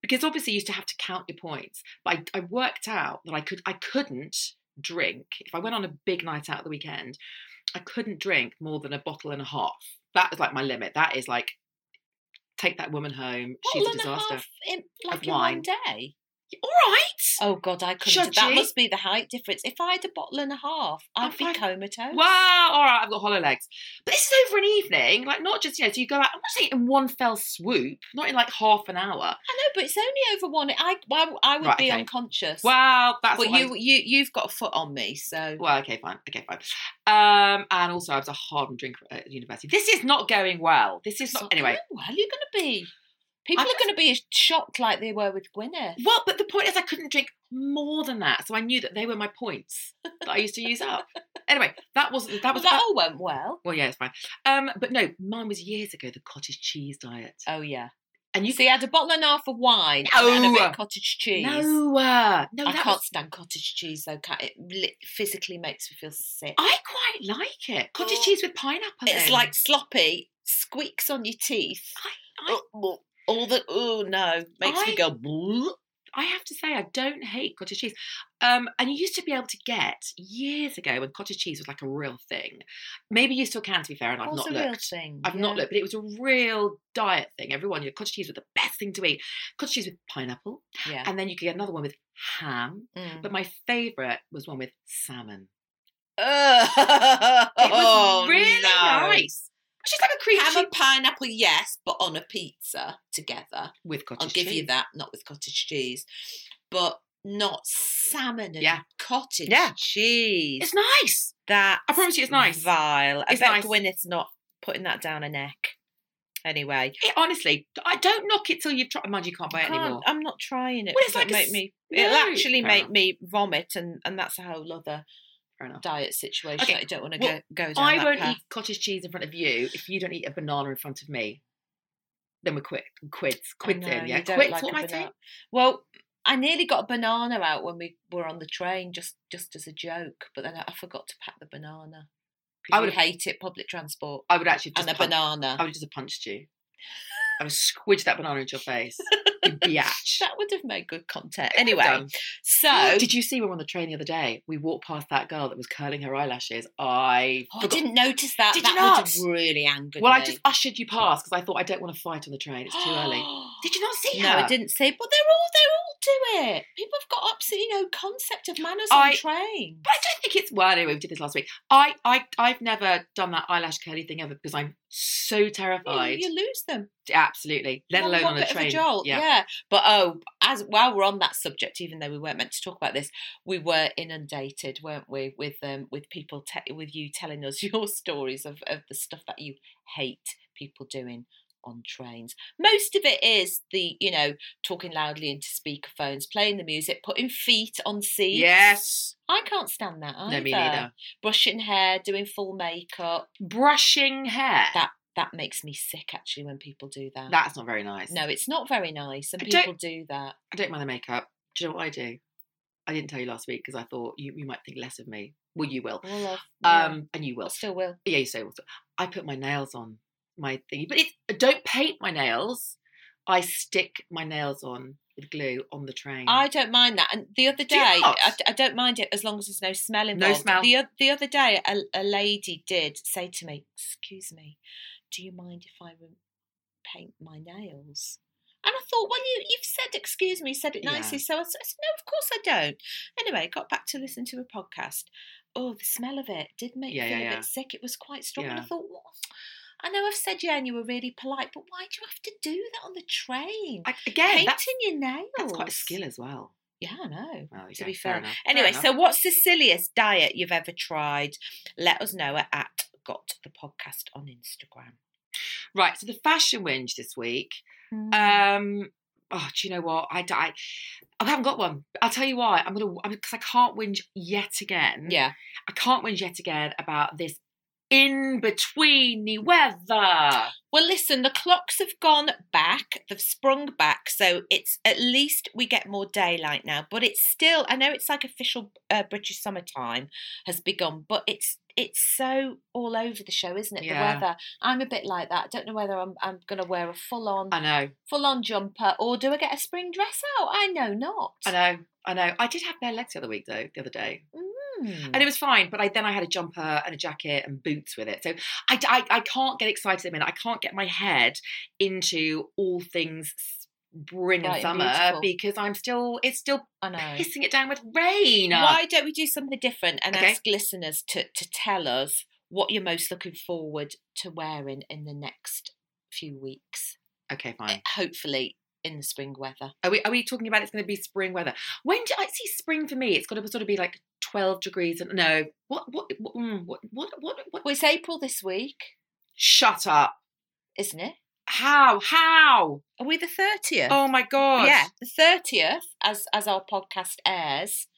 Speaker 1: Because obviously you used to have to count your points. But I, I worked out that I could I couldn't drink. If I went on a big night out at the weekend, I couldn't drink more than a bottle and a half. That is like my limit. That is like take that woman home. She's
Speaker 2: Bottle
Speaker 1: a
Speaker 2: and
Speaker 1: disaster.
Speaker 2: half in, like in
Speaker 1: wine.
Speaker 2: one day.
Speaker 1: All right.
Speaker 2: Oh God, I couldn't.
Speaker 1: Should
Speaker 2: that
Speaker 1: you?
Speaker 2: must be the height difference. If I had a bottle and a half, I'd
Speaker 1: I'd
Speaker 2: be
Speaker 1: find-
Speaker 2: comatose.
Speaker 1: Wow, all right, I've got hollow legs. But this is over an evening, like not just, you know, so you go out, I'm not saying in one fell swoop, not in like half an hour.
Speaker 2: I know, but it's only over one. I well, I would
Speaker 1: Right,
Speaker 2: be
Speaker 1: okay.
Speaker 2: unconscious.
Speaker 1: Wow, that's
Speaker 2: but
Speaker 1: what I-
Speaker 2: you you you've got a foot on me, so
Speaker 1: well, okay, fine, okay, fine. Um, and also I was a hardened drinker at university. This is not going well. This is
Speaker 2: It's
Speaker 1: not,
Speaker 2: not
Speaker 1: anyway.
Speaker 2: going Well, you're going to be. People
Speaker 1: I'm
Speaker 2: are going to be shocked like they were with Gwyneth.
Speaker 1: Well, but the point is I couldn't drink more than that, so I knew that they were my points that I used to use up. Anyway, that wasn't, that
Speaker 2: That,
Speaker 1: was,
Speaker 2: that
Speaker 1: that,
Speaker 2: all "Oh, went well.
Speaker 1: well, yeah, it's fine. Um, but no, mine was years ago, the cottage cheese diet.
Speaker 2: Oh yeah.
Speaker 1: And you
Speaker 2: You see, I had a bottle and a half of wine and a bit
Speaker 1: No.
Speaker 2: of cottage cheese.
Speaker 1: No, uh, no,
Speaker 2: I
Speaker 1: that
Speaker 2: can't
Speaker 1: was
Speaker 2: stand cottage cheese though. Can't, it li- physically makes me feel sick.
Speaker 1: I quite like it. Cottage
Speaker 2: Oh.
Speaker 1: cheese with pineapple.
Speaker 2: It's
Speaker 1: in.
Speaker 2: like sloppy, squeaks on your teeth.
Speaker 1: I-
Speaker 2: Oh, oh, all the oh no makes
Speaker 1: I-
Speaker 2: me go. bleh.
Speaker 1: I have to say, I don't hate cottage cheese. Um, and you used to be able to get years ago when cottage cheese was like a real thing. Maybe you still can, to be fair, and I've
Speaker 2: What's
Speaker 1: not
Speaker 2: the
Speaker 1: looked.
Speaker 2: real thing?
Speaker 1: I've not
Speaker 2: Yeah.
Speaker 1: looked, but it was a real diet thing. Everyone, your cottage cheese was the best thing to eat. Cottage cheese with pineapple,
Speaker 2: Yeah.
Speaker 1: and then you could get another one with ham.
Speaker 2: Mm.
Speaker 1: But my favourite was one with salmon. It was
Speaker 2: oh,
Speaker 1: really
Speaker 2: no.
Speaker 1: nice. It's just like a cream
Speaker 2: Ham um,
Speaker 1: cheese
Speaker 2: and pineapple, yes, but on a pizza together.
Speaker 1: with cottage
Speaker 2: I'll give
Speaker 1: cheese.
Speaker 2: you that, not with cottage cheese, but not salmon and
Speaker 1: Yeah.
Speaker 2: cottage
Speaker 1: Yeah.
Speaker 2: cheese.
Speaker 1: It's nice.
Speaker 2: that
Speaker 1: I promise you, it's nice.
Speaker 2: Vile. I
Speaker 1: It's
Speaker 2: bet
Speaker 1: nice.
Speaker 2: Gwyneth's not putting that down her neck. Anyway,
Speaker 1: It, honestly, I don't knock it till you've tried. Mind you, can't buy it
Speaker 2: Can't- Oh,
Speaker 1: anymore.
Speaker 2: I'm not trying it.
Speaker 1: Well,
Speaker 2: 'cause
Speaker 1: it's like
Speaker 2: it'll
Speaker 1: a
Speaker 2: make
Speaker 1: s-
Speaker 2: me. It'll
Speaker 1: No.
Speaker 2: actually
Speaker 1: Fair
Speaker 2: make
Speaker 1: enough.
Speaker 2: me vomit, and and that's a whole other
Speaker 1: Fair enough.
Speaker 2: diet situation.
Speaker 1: Okay,
Speaker 2: that I don't want to
Speaker 1: well,
Speaker 2: go go down
Speaker 1: I
Speaker 2: that
Speaker 1: won't
Speaker 2: path.
Speaker 1: eat cottage cheese in front of you if you don't eat a banana in front of me. Then we're quit, quids,
Speaker 2: I
Speaker 1: quids
Speaker 2: know,
Speaker 1: in, yeah.
Speaker 2: you don't
Speaker 1: Quids,
Speaker 2: like
Speaker 1: what
Speaker 2: a
Speaker 1: am I
Speaker 2: bana-
Speaker 1: saying?
Speaker 2: Well, I nearly got a banana out when we were on the train, just just as a joke, but then I, I forgot to pack the banana. 'Cause
Speaker 1: I
Speaker 2: you
Speaker 1: would've-
Speaker 2: hate it public transport
Speaker 1: I would actually have
Speaker 2: and
Speaker 1: just
Speaker 2: a
Speaker 1: punch-
Speaker 2: banana.
Speaker 1: I would just have punched you. I would squidge that banana into your face. You biatch.
Speaker 2: That would have made good content. Anyway,
Speaker 1: Done.
Speaker 2: so
Speaker 1: did you see we were on the train the other day? We walked past that girl that was curling her eyelashes. I,
Speaker 2: Oh, I
Speaker 1: forgot-
Speaker 2: didn't notice that.
Speaker 1: Did you
Speaker 2: that would have
Speaker 1: not?
Speaker 2: really angered
Speaker 1: Well,
Speaker 2: me.
Speaker 1: I just ushered you past because I thought I don't want to fight on the train. It's too early. Did you not see
Speaker 2: No,
Speaker 1: her?
Speaker 2: I didn't see. But they're all they all do it. People have got absolutely no concept of manners on
Speaker 1: I-
Speaker 2: train.
Speaker 1: But I don't think it's well. Anyway, we did this last week. I, I, I've never done that eyelash curly thing ever because I'm so terrified.
Speaker 2: You, you lose them.
Speaker 1: Absolutely, let
Speaker 2: One-
Speaker 1: alone
Speaker 2: one
Speaker 1: on a
Speaker 2: bit
Speaker 1: train.
Speaker 2: Of a jolt, yeah. But oh, as while we're on that subject, even though we weren't meant to talk about this, we were inundated, weren't we, with um with people te- with you telling us your stories of of the stuff that you hate people doing on trains. Most of it is the you know talking loudly into speakerphones, playing the music, putting feet on seats.
Speaker 1: Yes.
Speaker 2: I can't stand that either.
Speaker 1: No, me neither.
Speaker 2: Brushing hair, doing full makeup.
Speaker 1: Brushing hair.
Speaker 2: That- That makes me sick actually when people do that.
Speaker 1: That's not very nice.
Speaker 2: No, it's not very nice, and
Speaker 1: I don't-
Speaker 2: people do that.
Speaker 1: I don't mind the makeup. Do you know what I do? I didn't tell you last week because I thought you, you might think less of me. Well, you will.
Speaker 2: Well, I've- yeah,
Speaker 1: Um, and you
Speaker 2: I
Speaker 1: will.
Speaker 2: still will.
Speaker 1: Yeah, you say also. I put my nails on my thingy, but it's I don't paint my nails. I stick my nails on with glue on the train.
Speaker 2: I don't mind that. And the other
Speaker 1: Do you
Speaker 2: day,
Speaker 1: not?
Speaker 2: I, I don't mind it as long as there's no smell involved.
Speaker 1: smell.
Speaker 2: The, oth- the other day, a, a lady did say to me, "Excuse me, do you mind if I rem- paint my nails. And I thought, well, you, you've said, excuse me, you said it
Speaker 1: Yeah.
Speaker 2: nicely. So I s- I said, no, of course I don't. Anyway, got back to listen to a podcast. Oh, the smell of it did make
Speaker 1: Yeah,
Speaker 2: me feel
Speaker 1: yeah,
Speaker 2: a
Speaker 1: yeah.
Speaker 2: bit sick. It was quite strong. And I
Speaker 1: Yeah.
Speaker 2: thought, well, I know I've said, yeah, and you were really polite, but why do you have to do that on the train?
Speaker 1: I, again,
Speaker 2: Painting
Speaker 1: that's,
Speaker 2: your nails.
Speaker 1: that's quite a skill as well.
Speaker 2: Yeah, I know.
Speaker 1: Well,
Speaker 2: To
Speaker 1: yeah,
Speaker 2: be fair.
Speaker 1: enough,
Speaker 2: Anyway,
Speaker 1: enough.
Speaker 2: so what's the silliest diet you've ever tried? Let us know at Got the Podcast on Instagram.
Speaker 1: right, so the fashion whinge this week.
Speaker 2: Mm. Mm-hmm.
Speaker 1: Um, oh, do you know what? I, I, oh, I haven't got one. I'll tell you why. I'm gonna because I can't whinge yet again.
Speaker 2: yeah.
Speaker 1: I can't whinge yet again about this in betweeny weather.
Speaker 2: Well, listen, the clocks have gone back. They've sprung back. So it's at least we get more daylight now. But it's still, I know it's like official uh, British summertime has begun, but it's. It's so all over the show, isn't it?
Speaker 1: Yeah.
Speaker 2: The weather. I'm a bit like that. I don't know whether I'm, I'm going to wear a full on
Speaker 1: I know,
Speaker 2: full on jumper or do I get a spring dress out? I know not.
Speaker 1: I know, I know. I did have bare legs the other week though. The other day,
Speaker 2: Mm.
Speaker 1: and it was fine. But I then I had a jumper and a jacket and boots with it. So I, I, I can't get excited at the minute. I can't get my head into all things spring and
Speaker 2: Bright and
Speaker 1: summer
Speaker 2: beautiful.
Speaker 1: because I'm still it's still
Speaker 2: I know.
Speaker 1: pissing it down with rain.
Speaker 2: Why don't we do something different and
Speaker 1: Okay.
Speaker 2: ask listeners to, to tell us what you're most looking forward to wearing in the next few weeks? Eh
Speaker 1: Okay,
Speaker 2: Mm.
Speaker 1: fine.
Speaker 2: Hopefully in the spring weather.
Speaker 1: Are we are we talking about it's going to be spring weather? When do I see spring for me? It's got to sort of be like twelve degrees and no. What what what mm, what what what? what?
Speaker 2: Well, it's April this week,
Speaker 1: Shut up!
Speaker 2: isn't it?
Speaker 1: How how?
Speaker 2: Are we the 30th?
Speaker 1: Oh my god!
Speaker 2: yeah, the 30th as as our podcast airs.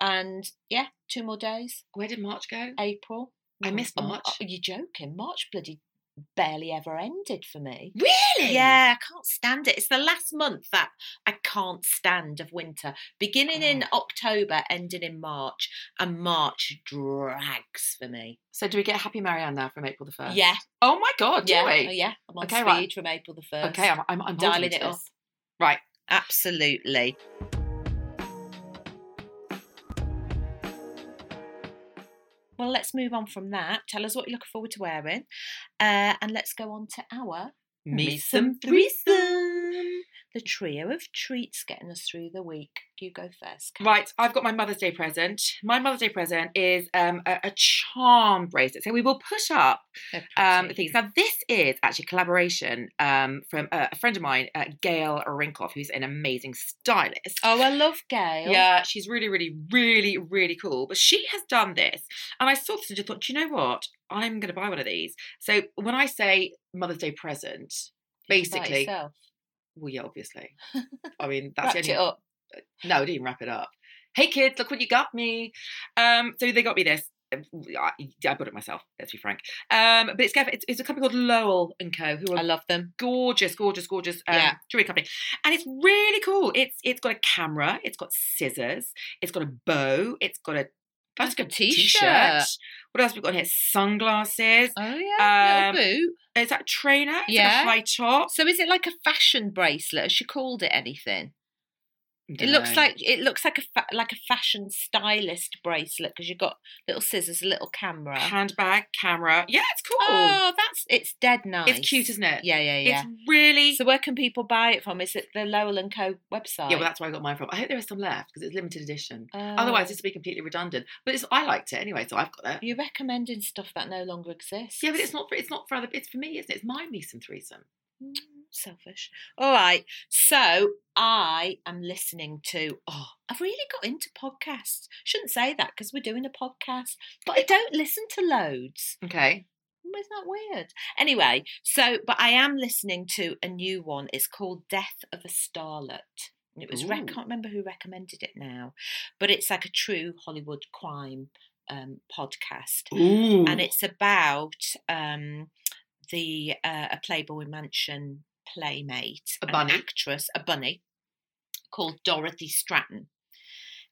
Speaker 2: And yeah, two more days,
Speaker 1: Where did March go?
Speaker 2: April.
Speaker 1: I missed
Speaker 2: Mm,
Speaker 1: March.
Speaker 2: Are you joking? March bloody barely ever ended for me.
Speaker 1: Really?
Speaker 2: Yeah, I can't stand it. It's the last month that I can't stand of winter. Beginning in October, ending in March, and March drags for me.
Speaker 1: So do we get Happy Marianne now from April the first?
Speaker 2: Yeah,
Speaker 1: Oh my god! Do
Speaker 2: yeah, oh,
Speaker 1: we?
Speaker 2: yeah. I'm on
Speaker 1: Okay,
Speaker 2: speed
Speaker 1: right.
Speaker 2: from April the first.
Speaker 1: Okay, I'm I'm, I'm holding
Speaker 2: dialing
Speaker 1: you
Speaker 2: it
Speaker 1: to
Speaker 2: off.
Speaker 1: this. Right.
Speaker 2: Absolutely. Well, let's move on from that. Tell us what you're looking forward to wearing, uh, and let's go on to our
Speaker 1: Me some
Speaker 2: threesome. The trio of treats getting us through the week. You go first. Kat.
Speaker 1: Right, I've got my Mother's Day present. My Mother's Day present is um, a, a charm bracelet. So we will put up
Speaker 2: They're
Speaker 1: um,
Speaker 2: pretty.
Speaker 1: things. Now, this is actually a collaboration um, from uh, a friend of mine, uh, Gail Rinkoff, who's an amazing stylist.
Speaker 2: Oh, I love Gail.
Speaker 1: Yeah, she's really, really, really, really cool. But she has done this, and I saw this and just thought, do you know what? I'm going to buy one of these. So when I say Mother's Day present, basically, well, yeah, obviously. I mean, that's
Speaker 2: That's
Speaker 1: the
Speaker 2: Wrapped it
Speaker 1: only
Speaker 2: up.
Speaker 1: no, I didn't even wrap it up. Hey kids, look what you got me. Um, so they got me this. Um, I, I bought it myself. Let's be frank. Um, but it's it's, it's a company called Lowell and Co. Who
Speaker 2: I
Speaker 1: are
Speaker 2: love them.
Speaker 1: gorgeous, gorgeous, gorgeous um,
Speaker 2: Yeah.
Speaker 1: jewelry company, and it's really cool. It's it's got a camera. It's got scissors. It's got a bow. It's got a that's
Speaker 2: Like a
Speaker 1: got a
Speaker 2: t-shirt.
Speaker 1: t-shirt. What else have we got in here? Sunglasses.
Speaker 2: Oh
Speaker 1: yeah, little
Speaker 2: boot.
Speaker 1: Is that a trainer? It's got a
Speaker 2: Yeah.
Speaker 1: high top.
Speaker 2: So is it like a fashion bracelet? Has she called it anything? It looks
Speaker 1: Dunno.
Speaker 2: like it looks like a fa- like a fashion stylist bracelet because you've got little scissors, a little camera.
Speaker 1: handbag, camera. Yeah, it's cool.
Speaker 2: Oh, that's it's dead nice.
Speaker 1: It's cute, isn't it?
Speaker 2: Yeah, yeah, yeah.
Speaker 1: It's really
Speaker 2: So where can people buy it from? Is it the Lowell and Co website?
Speaker 1: Yeah, well, that's where I got mine from. I hope there is some left because it's limited edition.
Speaker 2: Oh.
Speaker 1: Otherwise, this would be completely redundant. But it's, I liked it anyway, so I've got it.
Speaker 2: you're recommending stuff that no longer exists.
Speaker 1: Yeah, but it's not for it's not for other. It's for me, isn't it? It's my meets and threesome.
Speaker 2: Mm, selfish. All right. So I am listening to. Oh, I've really got into podcasts. Shouldn't say that because we're doing a podcast, but I don't listen to loads.
Speaker 1: Okay.
Speaker 2: Isn't that weird? Anyway, so but I am listening to a new one. It's called Death of a Starlet. And It was rec-
Speaker 1: Ooh.
Speaker 2: I can't remember who recommended it now, but it's like a true Hollywood crime um, podcast
Speaker 1: Ooh.
Speaker 2: and it's about um, the uh, a Playboy Mansion playmate,
Speaker 1: A
Speaker 2: an
Speaker 1: bunny.
Speaker 2: actress, a bunny called Dorothy Stratton,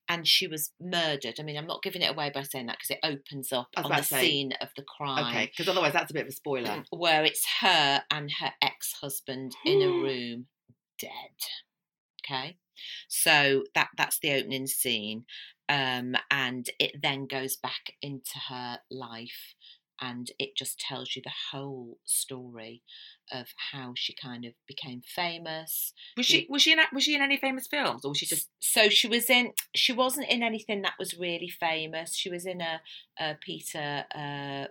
Speaker 2: and she was murdered. I mean, I'm not giving it away by saying that because it opens up
Speaker 1: I was
Speaker 2: on
Speaker 1: about
Speaker 2: the
Speaker 1: to say,
Speaker 2: scene of the crime.
Speaker 1: okay, because otherwise that's a bit of a spoiler.
Speaker 2: Where it's her and her ex husband in a room, dead. Okay, so that that's the opening scene, um, and it then goes back into her life and it just tells you the whole story of how she kind of became famous.
Speaker 1: Was she was she in a- was she in any famous films or was she just
Speaker 2: so she was in she wasn't in anything that was really famous. She was in a, a Peter uh,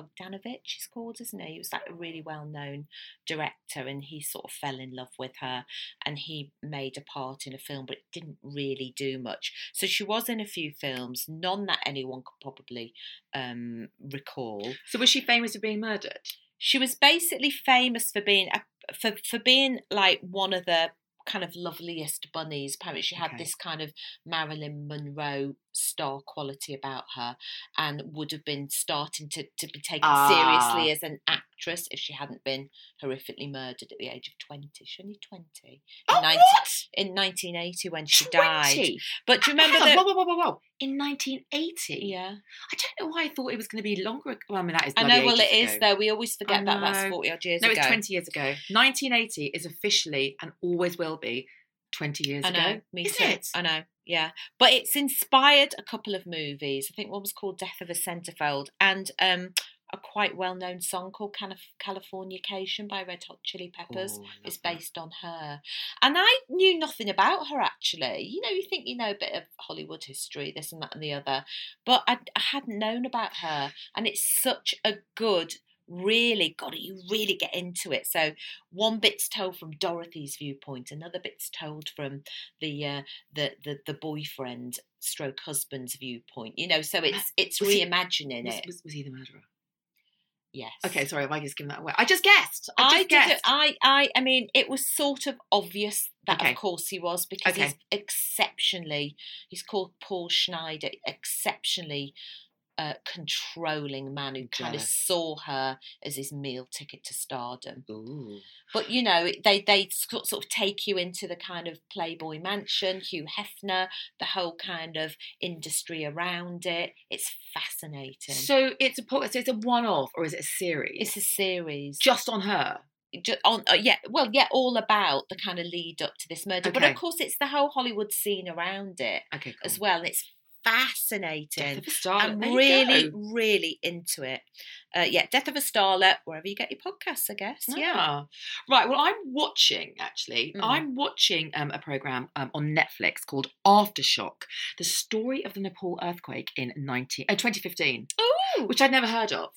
Speaker 2: Bogdanovich, he's called, isn't he? He was like a really well known director, and he sort of fell in love with her, and he made a part in a film, but it didn't really do much. So she was in a few films, none that anyone could probably um, recall.
Speaker 1: so was she famous for being murdered?
Speaker 2: She was basically famous for being a, for for being like one of the kind of loveliest bunnies. Apparently, she had
Speaker 1: Okay.
Speaker 2: this kind of Marilyn Monroe star quality about her, and would have been starting to to be taken
Speaker 1: Ah.
Speaker 2: seriously as an actress if she hadn't been horrifically murdered at the age of twenty. She only twenty
Speaker 1: Oh,
Speaker 2: Ninety-
Speaker 1: what?
Speaker 2: in nineteen eighty when she
Speaker 1: 20?
Speaker 2: died. But do you remember
Speaker 1: Hang
Speaker 2: that?
Speaker 1: on, Whoa, whoa, whoa, whoa, whoa! In 1980.
Speaker 2: Yeah,
Speaker 1: I don't know why I thought it was going to be longer. ag- Well, I mean that is.
Speaker 2: I
Speaker 1: bloody
Speaker 2: know. Well,
Speaker 1: ages
Speaker 2: it is
Speaker 1: ago.
Speaker 2: though. We always forget that that's
Speaker 1: know.
Speaker 2: forty odd years
Speaker 1: No,
Speaker 2: ago.
Speaker 1: it's 20 years ago. 1980 is officially and always will be 20 years
Speaker 2: I know,
Speaker 1: ago.
Speaker 2: me
Speaker 1: is
Speaker 2: too.
Speaker 1: it?
Speaker 2: I know, yeah. But it's inspired a couple of movies. I think one was called Death of a Centerfold and um, a quite well known song called Calif- Californication by Red Hot Chili Peppers.
Speaker 1: Oh, I love
Speaker 2: is
Speaker 1: that.
Speaker 2: based on her. And I knew nothing about her actually. You know, you think you know a bit of Hollywood history, this and that and the other, but I, I hadn't known about her. And it's such a good, really, God, you really get into it. So one bit's told from Dorothy's viewpoint, another bit's told from the uh, the, the the boyfriend stroke husband's viewpoint. You know, so it's it's
Speaker 1: Ah, Was he-
Speaker 2: reimagining
Speaker 1: Was,
Speaker 2: it.
Speaker 1: was, was he the murderer?
Speaker 2: yes.
Speaker 1: Okay, sorry, have I just given that away? I just guessed. I just
Speaker 2: I did.
Speaker 1: guessed.
Speaker 2: not I, I, I mean, it was sort of obvious that,
Speaker 1: Okay.
Speaker 2: of course, he was because
Speaker 1: Okay.
Speaker 2: he's exceptionally. He's called Paul Schneider, exceptionally uh, controlling man who kind of
Speaker 1: Jealous.
Speaker 2: saw her as his meal ticket to stardom.
Speaker 1: Ooh.
Speaker 2: But you know, it- they they sort sort of take you into the kind of Playboy Mansion, Hugh Hefner, the whole kind of industry around it. It's fascinating.
Speaker 1: So it's a po- so it's a one-off or is it a series?
Speaker 2: it's a series.
Speaker 1: just on her.
Speaker 2: ju- on uh, yeah well yeah all about the kind of lead up to this murder but
Speaker 1: Okay.
Speaker 2: of course it's the whole hollywood scene around it
Speaker 1: Okay, cool.
Speaker 2: as well and it's
Speaker 1: Death
Speaker 2: fascinating
Speaker 1: of a Star.
Speaker 2: i'm
Speaker 1: there you
Speaker 2: really
Speaker 1: go.
Speaker 2: really into it uh, yeah death of a starlet wherever you get your podcasts i guess yeah
Speaker 1: Yeah. Right. Well, I'm watching actually.
Speaker 2: Mm.
Speaker 1: I'm watching um, a program um, on Netflix called Aftershock: The Story of the Nepal Earthquake in 19 uh, 2015,
Speaker 2: oh
Speaker 1: which I'd never heard of.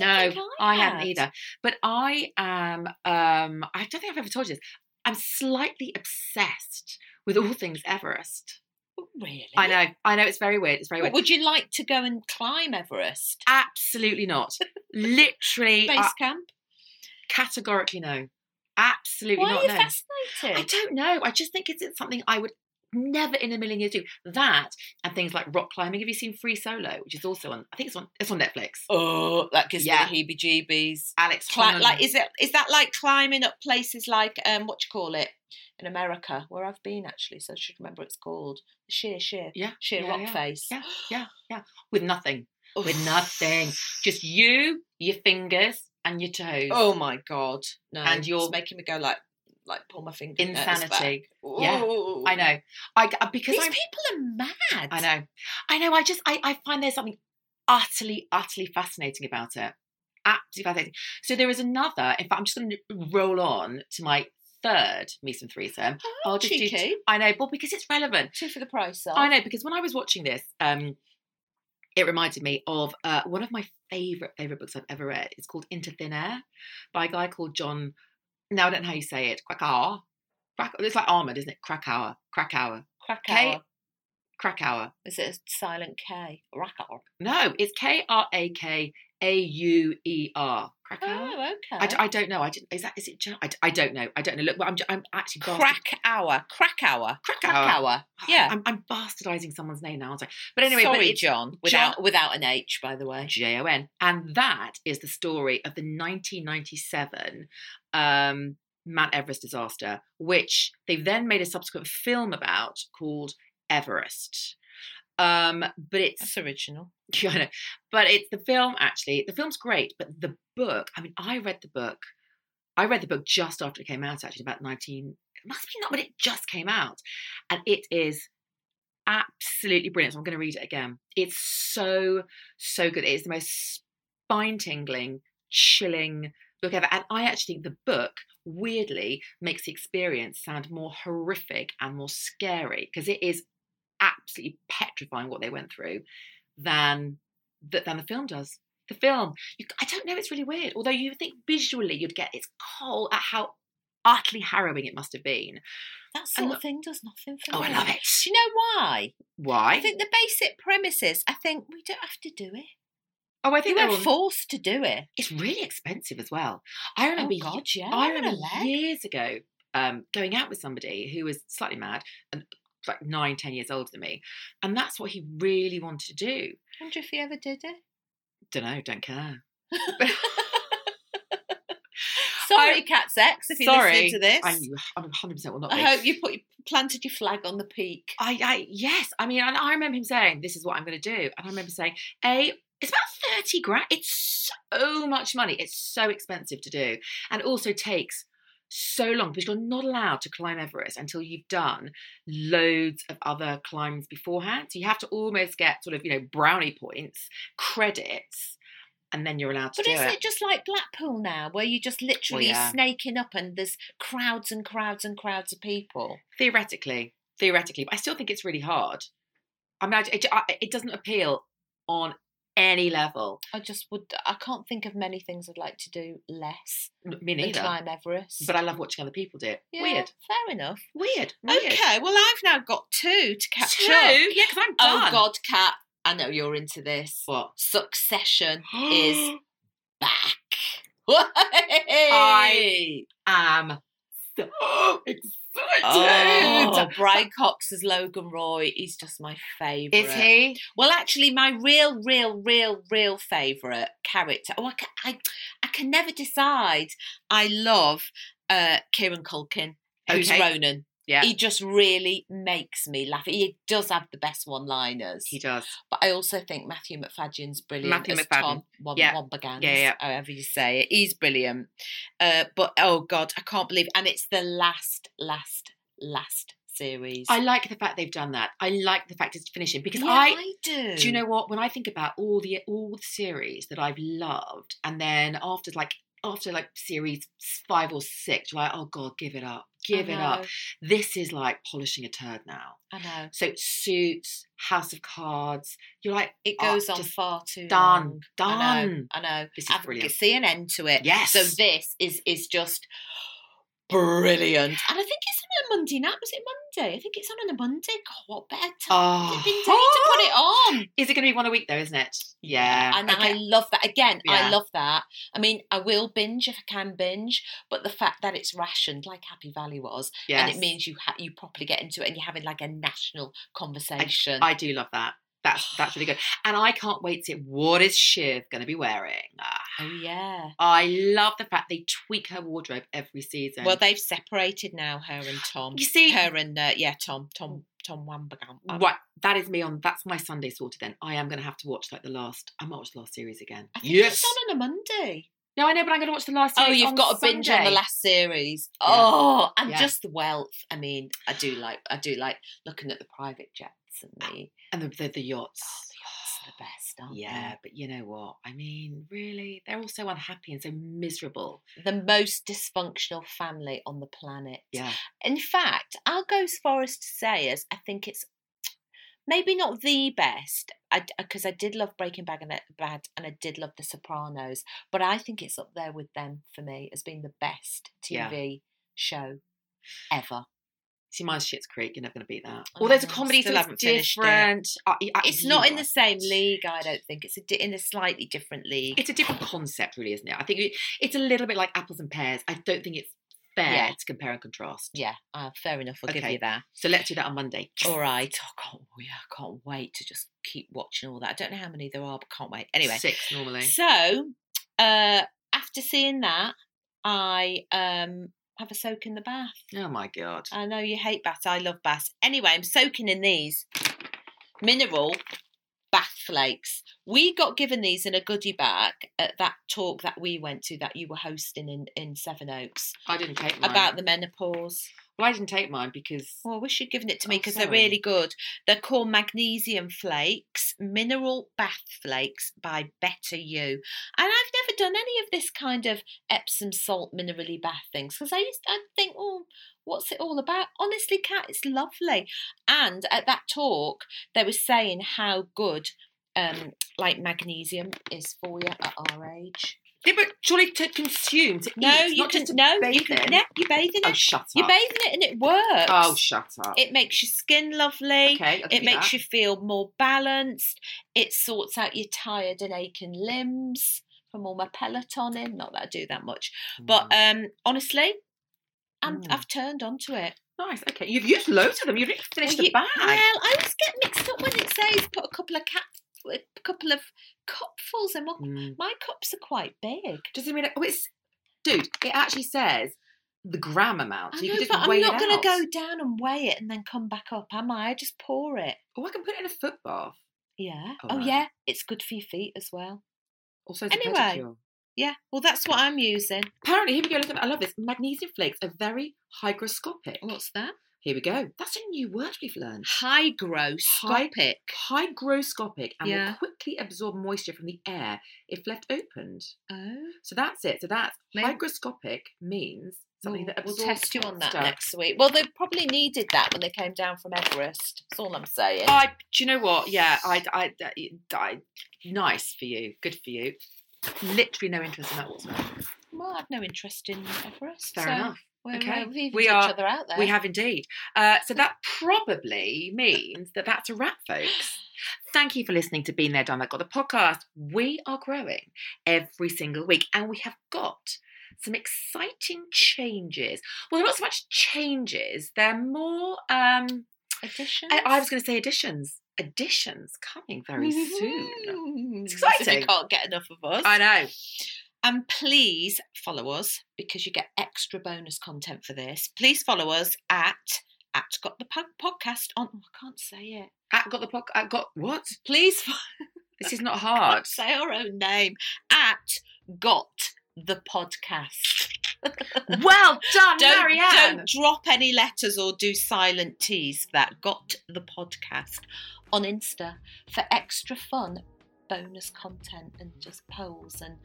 Speaker 1: No, I haven't either. But I am. Um, I don't think I've ever told you this. I'm slightly obsessed with all things Everest.
Speaker 2: really
Speaker 1: I know. I know. It's very weird. It's very
Speaker 2: Well,
Speaker 1: weird.
Speaker 2: would you like to go and climb everest
Speaker 1: Absolutely not. Literally,
Speaker 2: base
Speaker 1: uh,
Speaker 2: camp
Speaker 1: categorically no. Absolutely
Speaker 2: why
Speaker 1: not.
Speaker 2: are you
Speaker 1: no. I
Speaker 2: fascinated
Speaker 1: don't know. I just think it's, it's something I would never in a million years do. That and things like rock climbing. Have you seen Free Solo, which is also on? I think it's on. It's on Netflix.
Speaker 2: oh that gives
Speaker 1: Yeah.
Speaker 2: me the heebie-jeebies
Speaker 1: Alex
Speaker 2: cli-
Speaker 1: Honnold.
Speaker 2: like is it is that like climbing up places like um what do you call it in America where I've been actually so I should remember what it's called sheer sheer
Speaker 1: Yeah,
Speaker 2: sheer
Speaker 1: yeah,
Speaker 2: rock
Speaker 1: yeah.
Speaker 2: face
Speaker 1: Yeah, yeah, yeah. With nothing.
Speaker 2: Oof.
Speaker 1: With nothing. Just you, your fingers, and your toes.
Speaker 2: oh my god no
Speaker 1: And
Speaker 2: and
Speaker 1: you're-
Speaker 2: you're making me go like like pull my finger
Speaker 1: Insanity. Yeah, I
Speaker 2: I
Speaker 1: know. I I- because
Speaker 2: these
Speaker 1: I'm,
Speaker 2: people are mad
Speaker 1: I know. I know. I just I, I find there's something utterly, utterly fascinating about it. Absolutely fascinating. So there is another. In fact, I'm just going to roll on to my third Meet and Threesome.
Speaker 2: oh,
Speaker 1: I'll just do
Speaker 2: cheeky Oh.
Speaker 1: I know, but because it's relevant.
Speaker 2: two for the price of
Speaker 1: I know because when I was watching this, um, it reminded me of uh, one of my favorite favorite books I've ever read. It's called Into Thin Air by a guy called John. Now I don't know how you say it. Krakauer. Krak- It's like almond, isn't it? Krakauer. Krakauer.
Speaker 2: crack
Speaker 1: K-
Speaker 2: hour
Speaker 1: Krakauer.
Speaker 2: is it a silent K rack hour
Speaker 1: No, it's K R A K A U E R. Krakauer.
Speaker 2: oh
Speaker 1: I, d-
Speaker 2: okay
Speaker 1: I don't know. I didn't. Is that? Is it? Ger- I, d- I don't know. I don't know. Look, well, I'm. j- I'm actually bastard-
Speaker 2: crack hour crack hour
Speaker 1: Crack hour. Ah.
Speaker 2: crack hour yeah
Speaker 1: I'm, I'm bastardizing someone's name now, aren't I? But anyway, but
Speaker 2: sorry,
Speaker 1: it's-
Speaker 2: John, without without an H, by the way.
Speaker 1: J O N. And that is the story of the 1997 um, Mount Everest disaster, which they then made a subsequent film about called Everest. Um, but it's
Speaker 2: That's original.
Speaker 1: yeah, I know. but it's the film actually. The film's great, but the book. I mean, I read the book. I read the book just after it came out, actually, about 19. It must be not when it just came out, and it is absolutely brilliant. So I'm going to read it again. It's so so good. It is the most spine tingling, chilling book ever. And I actually think the book weirdly makes the experience sound more horrific and more scary because it is absolutely petrifying what they went through than th- than the film does. The film, you, I don't know, it's really weird. Although you think visually you'd get it's cold at how utterly harrowing it must have been.
Speaker 2: That sort
Speaker 1: And-
Speaker 2: of thing does nothing for
Speaker 1: Oh,
Speaker 2: me.
Speaker 1: I love it.
Speaker 2: Do you know why? I
Speaker 1: Why?
Speaker 2: think the basic premise is I think we don't have to do it.
Speaker 1: oh, I
Speaker 2: You
Speaker 1: think
Speaker 2: were
Speaker 1: they're all-
Speaker 2: forced to do it.
Speaker 1: it's really expensive as well. I
Speaker 2: Oh
Speaker 1: remember
Speaker 2: God, yeah.
Speaker 1: I
Speaker 2: I'm on a
Speaker 1: remember
Speaker 2: leg.
Speaker 1: years ago um, going out with somebody who was slightly mad and like nine, ten years older than me, and that's what he really wanted to do.
Speaker 2: Wonder if he ever did it.
Speaker 1: Don't know, don't care.
Speaker 2: Sorry, Cat Sex, if you're
Speaker 1: Sorry.
Speaker 2: listening to this.
Speaker 1: I, I'm 100 percent will not.
Speaker 2: I
Speaker 1: be.
Speaker 2: hope you put you planted your flag on the peak.
Speaker 1: I, I yes, I mean, and I remember him saying, "This is what I'm going to do," and I remember saying, "A, it's about thirty grand. It's so much money. It's so expensive to do, and also takes." So long because you're not allowed to climb Everest until you've done loads of other climbs beforehand. So you have to almost get sort of, you know, brownie points, credits, and then you're allowed to
Speaker 2: But
Speaker 1: do
Speaker 2: isn't
Speaker 1: it.
Speaker 2: it just like Blackpool now, where you're just literally
Speaker 1: yeah.
Speaker 2: snaking up and there's crowds and crowds and crowds of people?
Speaker 1: theoretically, theoretically, but I still think it's really hard. I mean, I- it, I- it doesn't appeal on any level.
Speaker 2: I just would, I can't think of many things I'd like to do less
Speaker 1: Me
Speaker 2: than
Speaker 1: neither.
Speaker 2: climb Everest.
Speaker 1: But I love watching other people do it.
Speaker 2: Yeah,
Speaker 1: Weird,
Speaker 2: Fair enough.
Speaker 1: weird, weird.
Speaker 2: Okay, well, I've now got two to catch
Speaker 1: Two?
Speaker 2: up.
Speaker 1: Yeah, because I'm
Speaker 2: Oh,
Speaker 1: done.
Speaker 2: God, Cat, I know you're into this.
Speaker 1: What
Speaker 2: Succession is back. I
Speaker 1: I am so excited.
Speaker 2: oh, Brian Cox as Logan Roy. He's just my favourite.
Speaker 1: Is he?
Speaker 2: Well, actually, my real, real, real, real favourite character. Oh, I can, I, I can never decide. I love uh, Kieran Culkin, who's
Speaker 1: Okay.
Speaker 2: Ronan.
Speaker 1: Yeah.
Speaker 2: He just really makes me laugh. He does have the best one-liners,
Speaker 1: He does.
Speaker 2: but I also think Matthew McFadden's brilliant
Speaker 1: Matthew
Speaker 2: as
Speaker 1: McFadden.
Speaker 2: Tom Wom-
Speaker 1: Yeah.
Speaker 2: Wombagans,
Speaker 1: Yeah, yeah.
Speaker 2: however you say it. He's brilliant. Uh, but oh god, I can't believe, and it's the last, last, last series.
Speaker 1: I like the fact they've done that. I like the fact it's finishing because
Speaker 2: Yeah,
Speaker 1: I
Speaker 2: do.
Speaker 1: Do you know what? When I think about all the all the series that I've loved, and then after like after like series five or six, you're like, oh god, give it up, give it up. This is like polishing a turd now.
Speaker 2: I know.
Speaker 1: So Suits, House of Cards, you're like,
Speaker 2: It
Speaker 1: oh,
Speaker 2: goes on
Speaker 1: just
Speaker 2: far too
Speaker 1: done,
Speaker 2: long. I know.
Speaker 1: done.
Speaker 2: I know.
Speaker 1: This is
Speaker 2: I can
Speaker 1: brilliant.
Speaker 2: see an end to it.
Speaker 1: Yes.
Speaker 2: So this is is just brilliant. And I think it's on a Monday night. Was it Monday? I think it's on on a Monday. God, what better time
Speaker 1: Oh.
Speaker 2: flipping day to put it on?
Speaker 1: Is it going to be one a week though? Isn't it? Oh! Yeah.
Speaker 2: And
Speaker 1: okay.
Speaker 2: I love that. Again, I
Speaker 1: Yeah.
Speaker 2: love that. I mean, I will binge if I can binge, but the fact that it's rationed like Happy Valley was, and
Speaker 1: Yes.
Speaker 2: it means you ha- you properly get into it and you're having like a national conversation.
Speaker 1: I do love that. That's
Speaker 2: Oh.
Speaker 1: that's really good. And I can't wait to see what is Shiv going to be wearing. Ah,
Speaker 2: oh yeah.
Speaker 1: I love the fact they tweak her wardrobe every season.
Speaker 2: Well, they've separated now. Her and Tom.
Speaker 1: You see-
Speaker 2: her and uh, yeah, Tom, Tom, Tom Wambagam.
Speaker 1: Right, that is me on. That's my Sunday sorted. Then I am going to have to watch like the last. I might watch the last series again.
Speaker 2: I think it's on on a Monday.
Speaker 1: No, I know, but I'm going to watch the last.
Speaker 2: Oh,
Speaker 1: series
Speaker 2: you've
Speaker 1: on
Speaker 2: got a binge on the
Speaker 1: Sunday.
Speaker 2: last series. Oh, and
Speaker 1: Yeah.
Speaker 2: just the wealth. I mean, I do like, I do like looking at the private jets and the.
Speaker 1: and the the, the yachts.
Speaker 2: It's the best, aren't
Speaker 1: Yeah, but you know what? I mean, really, they're all so unhappy and so miserable.
Speaker 2: they? The most dysfunctional family on the planet.
Speaker 1: Yeah,
Speaker 2: In fact, I'll go as far as to say as I think it's maybe not the best because I, did love Breaking Bad and, I- Bad and I did love The Sopranos, but I think it's up there with them for me as being the best
Speaker 1: Yeah.
Speaker 2: TV show ever.
Speaker 1: see, mine's Shit's Creek. You're never going to beat that.
Speaker 2: I
Speaker 1: Although there's a
Speaker 2: know,
Speaker 1: comedy,
Speaker 2: still
Speaker 1: so
Speaker 2: haven't
Speaker 1: it's
Speaker 2: finished it.
Speaker 1: different. I- I-
Speaker 2: It's
Speaker 1: you
Speaker 2: not in the
Speaker 1: are-
Speaker 2: same league, I don't think. It's a di- in a slightly different league.
Speaker 1: It's a different concept, really, isn't it? I think it, it's a little bit like apples and pears. I don't think it's fair
Speaker 2: Yeah.
Speaker 1: to compare and contrast.
Speaker 2: yeah, uh, fair enough. I'll give
Speaker 1: Okay.
Speaker 2: you that.
Speaker 1: So let's do that on Monday.
Speaker 2: All right. Oh, I can't, yeah, I can't wait to just keep watching all that. I don't know how many there are, but can't wait. Anyway,
Speaker 1: six normally.
Speaker 2: so uh, after seeing that, I um, have a soak in the bath.
Speaker 1: Oh my god.
Speaker 2: I know you hate baths. I love baths. Anyway, I'm soaking in these mineral bath flakes. We got given these in a goodie bag at that talk that we went to that you were hosting in, in Seven Oaks
Speaker 1: I didn't take mine.
Speaker 2: about the menopause.
Speaker 1: well, I didn't take mine because
Speaker 2: Well, I wish you'd given it to me
Speaker 1: Oh,
Speaker 2: because they're
Speaker 1: sorry.
Speaker 2: really good. They're called magnesium flakes It's Mineral Bath Flakes by Better You. And I've never done any of this kind of Epsom salt minerally bath things because I used I think, oh, what's it all about? Honestly, Kat, it's lovely. And at that talk, they were saying how good um, like magnesium is for you at our age.
Speaker 1: Yeah, but surely to consume, to
Speaker 2: No,
Speaker 1: eat,
Speaker 2: you
Speaker 1: not
Speaker 2: can
Speaker 1: just to
Speaker 2: no,
Speaker 1: bathe
Speaker 2: you can
Speaker 1: in.
Speaker 2: no, you're bathing
Speaker 1: Oh,
Speaker 2: it.
Speaker 1: shut up.
Speaker 2: you're bathing it and it works.
Speaker 1: Oh, shut up.
Speaker 2: it makes your skin lovely.
Speaker 1: okay, I'll give
Speaker 2: It makes
Speaker 1: that.
Speaker 2: you feel more balanced. It sorts out your tired and aching limbs from all my pelotoning. Not that I do that much, but
Speaker 1: Mm.
Speaker 2: um, honestly, I'm,
Speaker 1: Mm.
Speaker 2: I've turned onto it.
Speaker 1: nice. Okay, you've used loads of them. You've not finished
Speaker 2: Well,
Speaker 1: the
Speaker 2: you-
Speaker 1: bag.
Speaker 2: Well, I always get mixed up when it says put a couple of cap, a couple of cupfuls in. Well,
Speaker 1: Mm.
Speaker 2: my cups are quite big.
Speaker 1: Does it mean? Oh, it's dude. It actually says the gram amount.
Speaker 2: I
Speaker 1: So you
Speaker 2: know,
Speaker 1: can just
Speaker 2: but
Speaker 1: weigh
Speaker 2: I'm not
Speaker 1: it
Speaker 2: going to
Speaker 1: out.
Speaker 2: go down and weigh it and then come back up, am I? I just pour it.
Speaker 1: Oh, I can put it in a foot bath.
Speaker 2: Yeah.
Speaker 1: Oh,
Speaker 2: Oh,
Speaker 1: right.
Speaker 2: yeah. It's good for your feet as well.
Speaker 1: Also, it's a
Speaker 2: Anyway.
Speaker 1: pedicure.
Speaker 2: Yeah. Well, that's what I'm using.
Speaker 1: Apparently, here we go. Look at I love this. Magnesium flakes are very hygroscopic.
Speaker 2: What's that?
Speaker 1: Here we go. That's a new word we've learned.
Speaker 2: Hygroscopic.
Speaker 1: Hygroscopic and
Speaker 2: Yeah.
Speaker 1: will quickly absorb moisture from the air if left opened.
Speaker 2: Oh.
Speaker 1: So that's it. So that's
Speaker 2: Maybe-
Speaker 1: hygroscopic means something
Speaker 2: We'll,
Speaker 1: that
Speaker 2: Oh, we'll
Speaker 1: absorbs.
Speaker 2: test you on that
Speaker 1: stuff.
Speaker 2: next week. Well, they probably needed that when they came down from Everest. That's all I'm saying.
Speaker 1: Oh, I, do you know what? Yeah, I, I, I, I- nice for you. Good for you. Literally no interest in that whatsoever.
Speaker 2: Well, I've no interest in Everest.
Speaker 1: Fair
Speaker 2: so
Speaker 1: enough.
Speaker 2: We're,
Speaker 1: Okay.
Speaker 2: we've evened
Speaker 1: We
Speaker 2: each
Speaker 1: are-
Speaker 2: other out there.
Speaker 1: We have indeed. Uh, so that probably means that that's a wrap, folks. Thank you for listening to Being There, Done That, Got the podcast. We are growing every single week, and we have got some exciting changes. Well, they're not so much changes; they're more. Um,
Speaker 2: additions.
Speaker 1: I, I was going to say additions. Additions coming very soon.
Speaker 2: soon.
Speaker 1: It's
Speaker 2: If
Speaker 1: exciting.
Speaker 2: you can't get enough of us.
Speaker 1: I know.
Speaker 2: And please follow us because you get extra bonus content for this. Please follow us at at got the Pod- podcast on. Oh, I can't say it.
Speaker 1: I got the poc I got what?
Speaker 2: Please fo-
Speaker 1: This is not
Speaker 2: I
Speaker 1: hard.
Speaker 2: can't say our own name at got the podcast.
Speaker 1: well done,
Speaker 2: Don't,
Speaker 1: Marianne.
Speaker 2: don't drop any letters or do silent T's for that. Got the podcast on Insta for extra fun, bonus content, and just polls and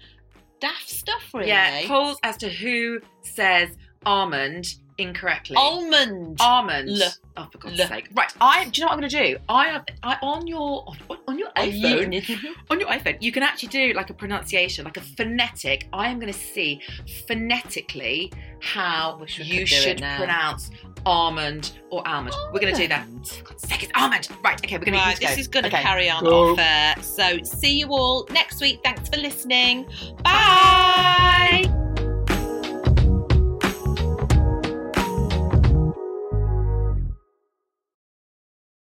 Speaker 2: daft stuff, really.
Speaker 1: Yeah, polls as to who says almond incorrectly.
Speaker 2: Almond.
Speaker 1: almond.
Speaker 2: L-
Speaker 1: oh, for God's
Speaker 2: L-
Speaker 1: sake! Right, I. Do you know what I'm going to do? I have I, on your on, on your iPhone on your iPhone. You can actually do like a pronunciation, like a phonetic. I am going to see phonetically how
Speaker 2: Wish we
Speaker 1: you
Speaker 2: could do it
Speaker 1: should
Speaker 2: now.
Speaker 1: pronounce almond or almond. We're going to do that. For God's sake, it's almond. Right. Okay, we're going
Speaker 2: Right,
Speaker 1: to.
Speaker 2: this is going to
Speaker 1: Okay.
Speaker 2: carry on
Speaker 1: Go.
Speaker 2: off air. So, see you all next week. Thanks for listening. Bye.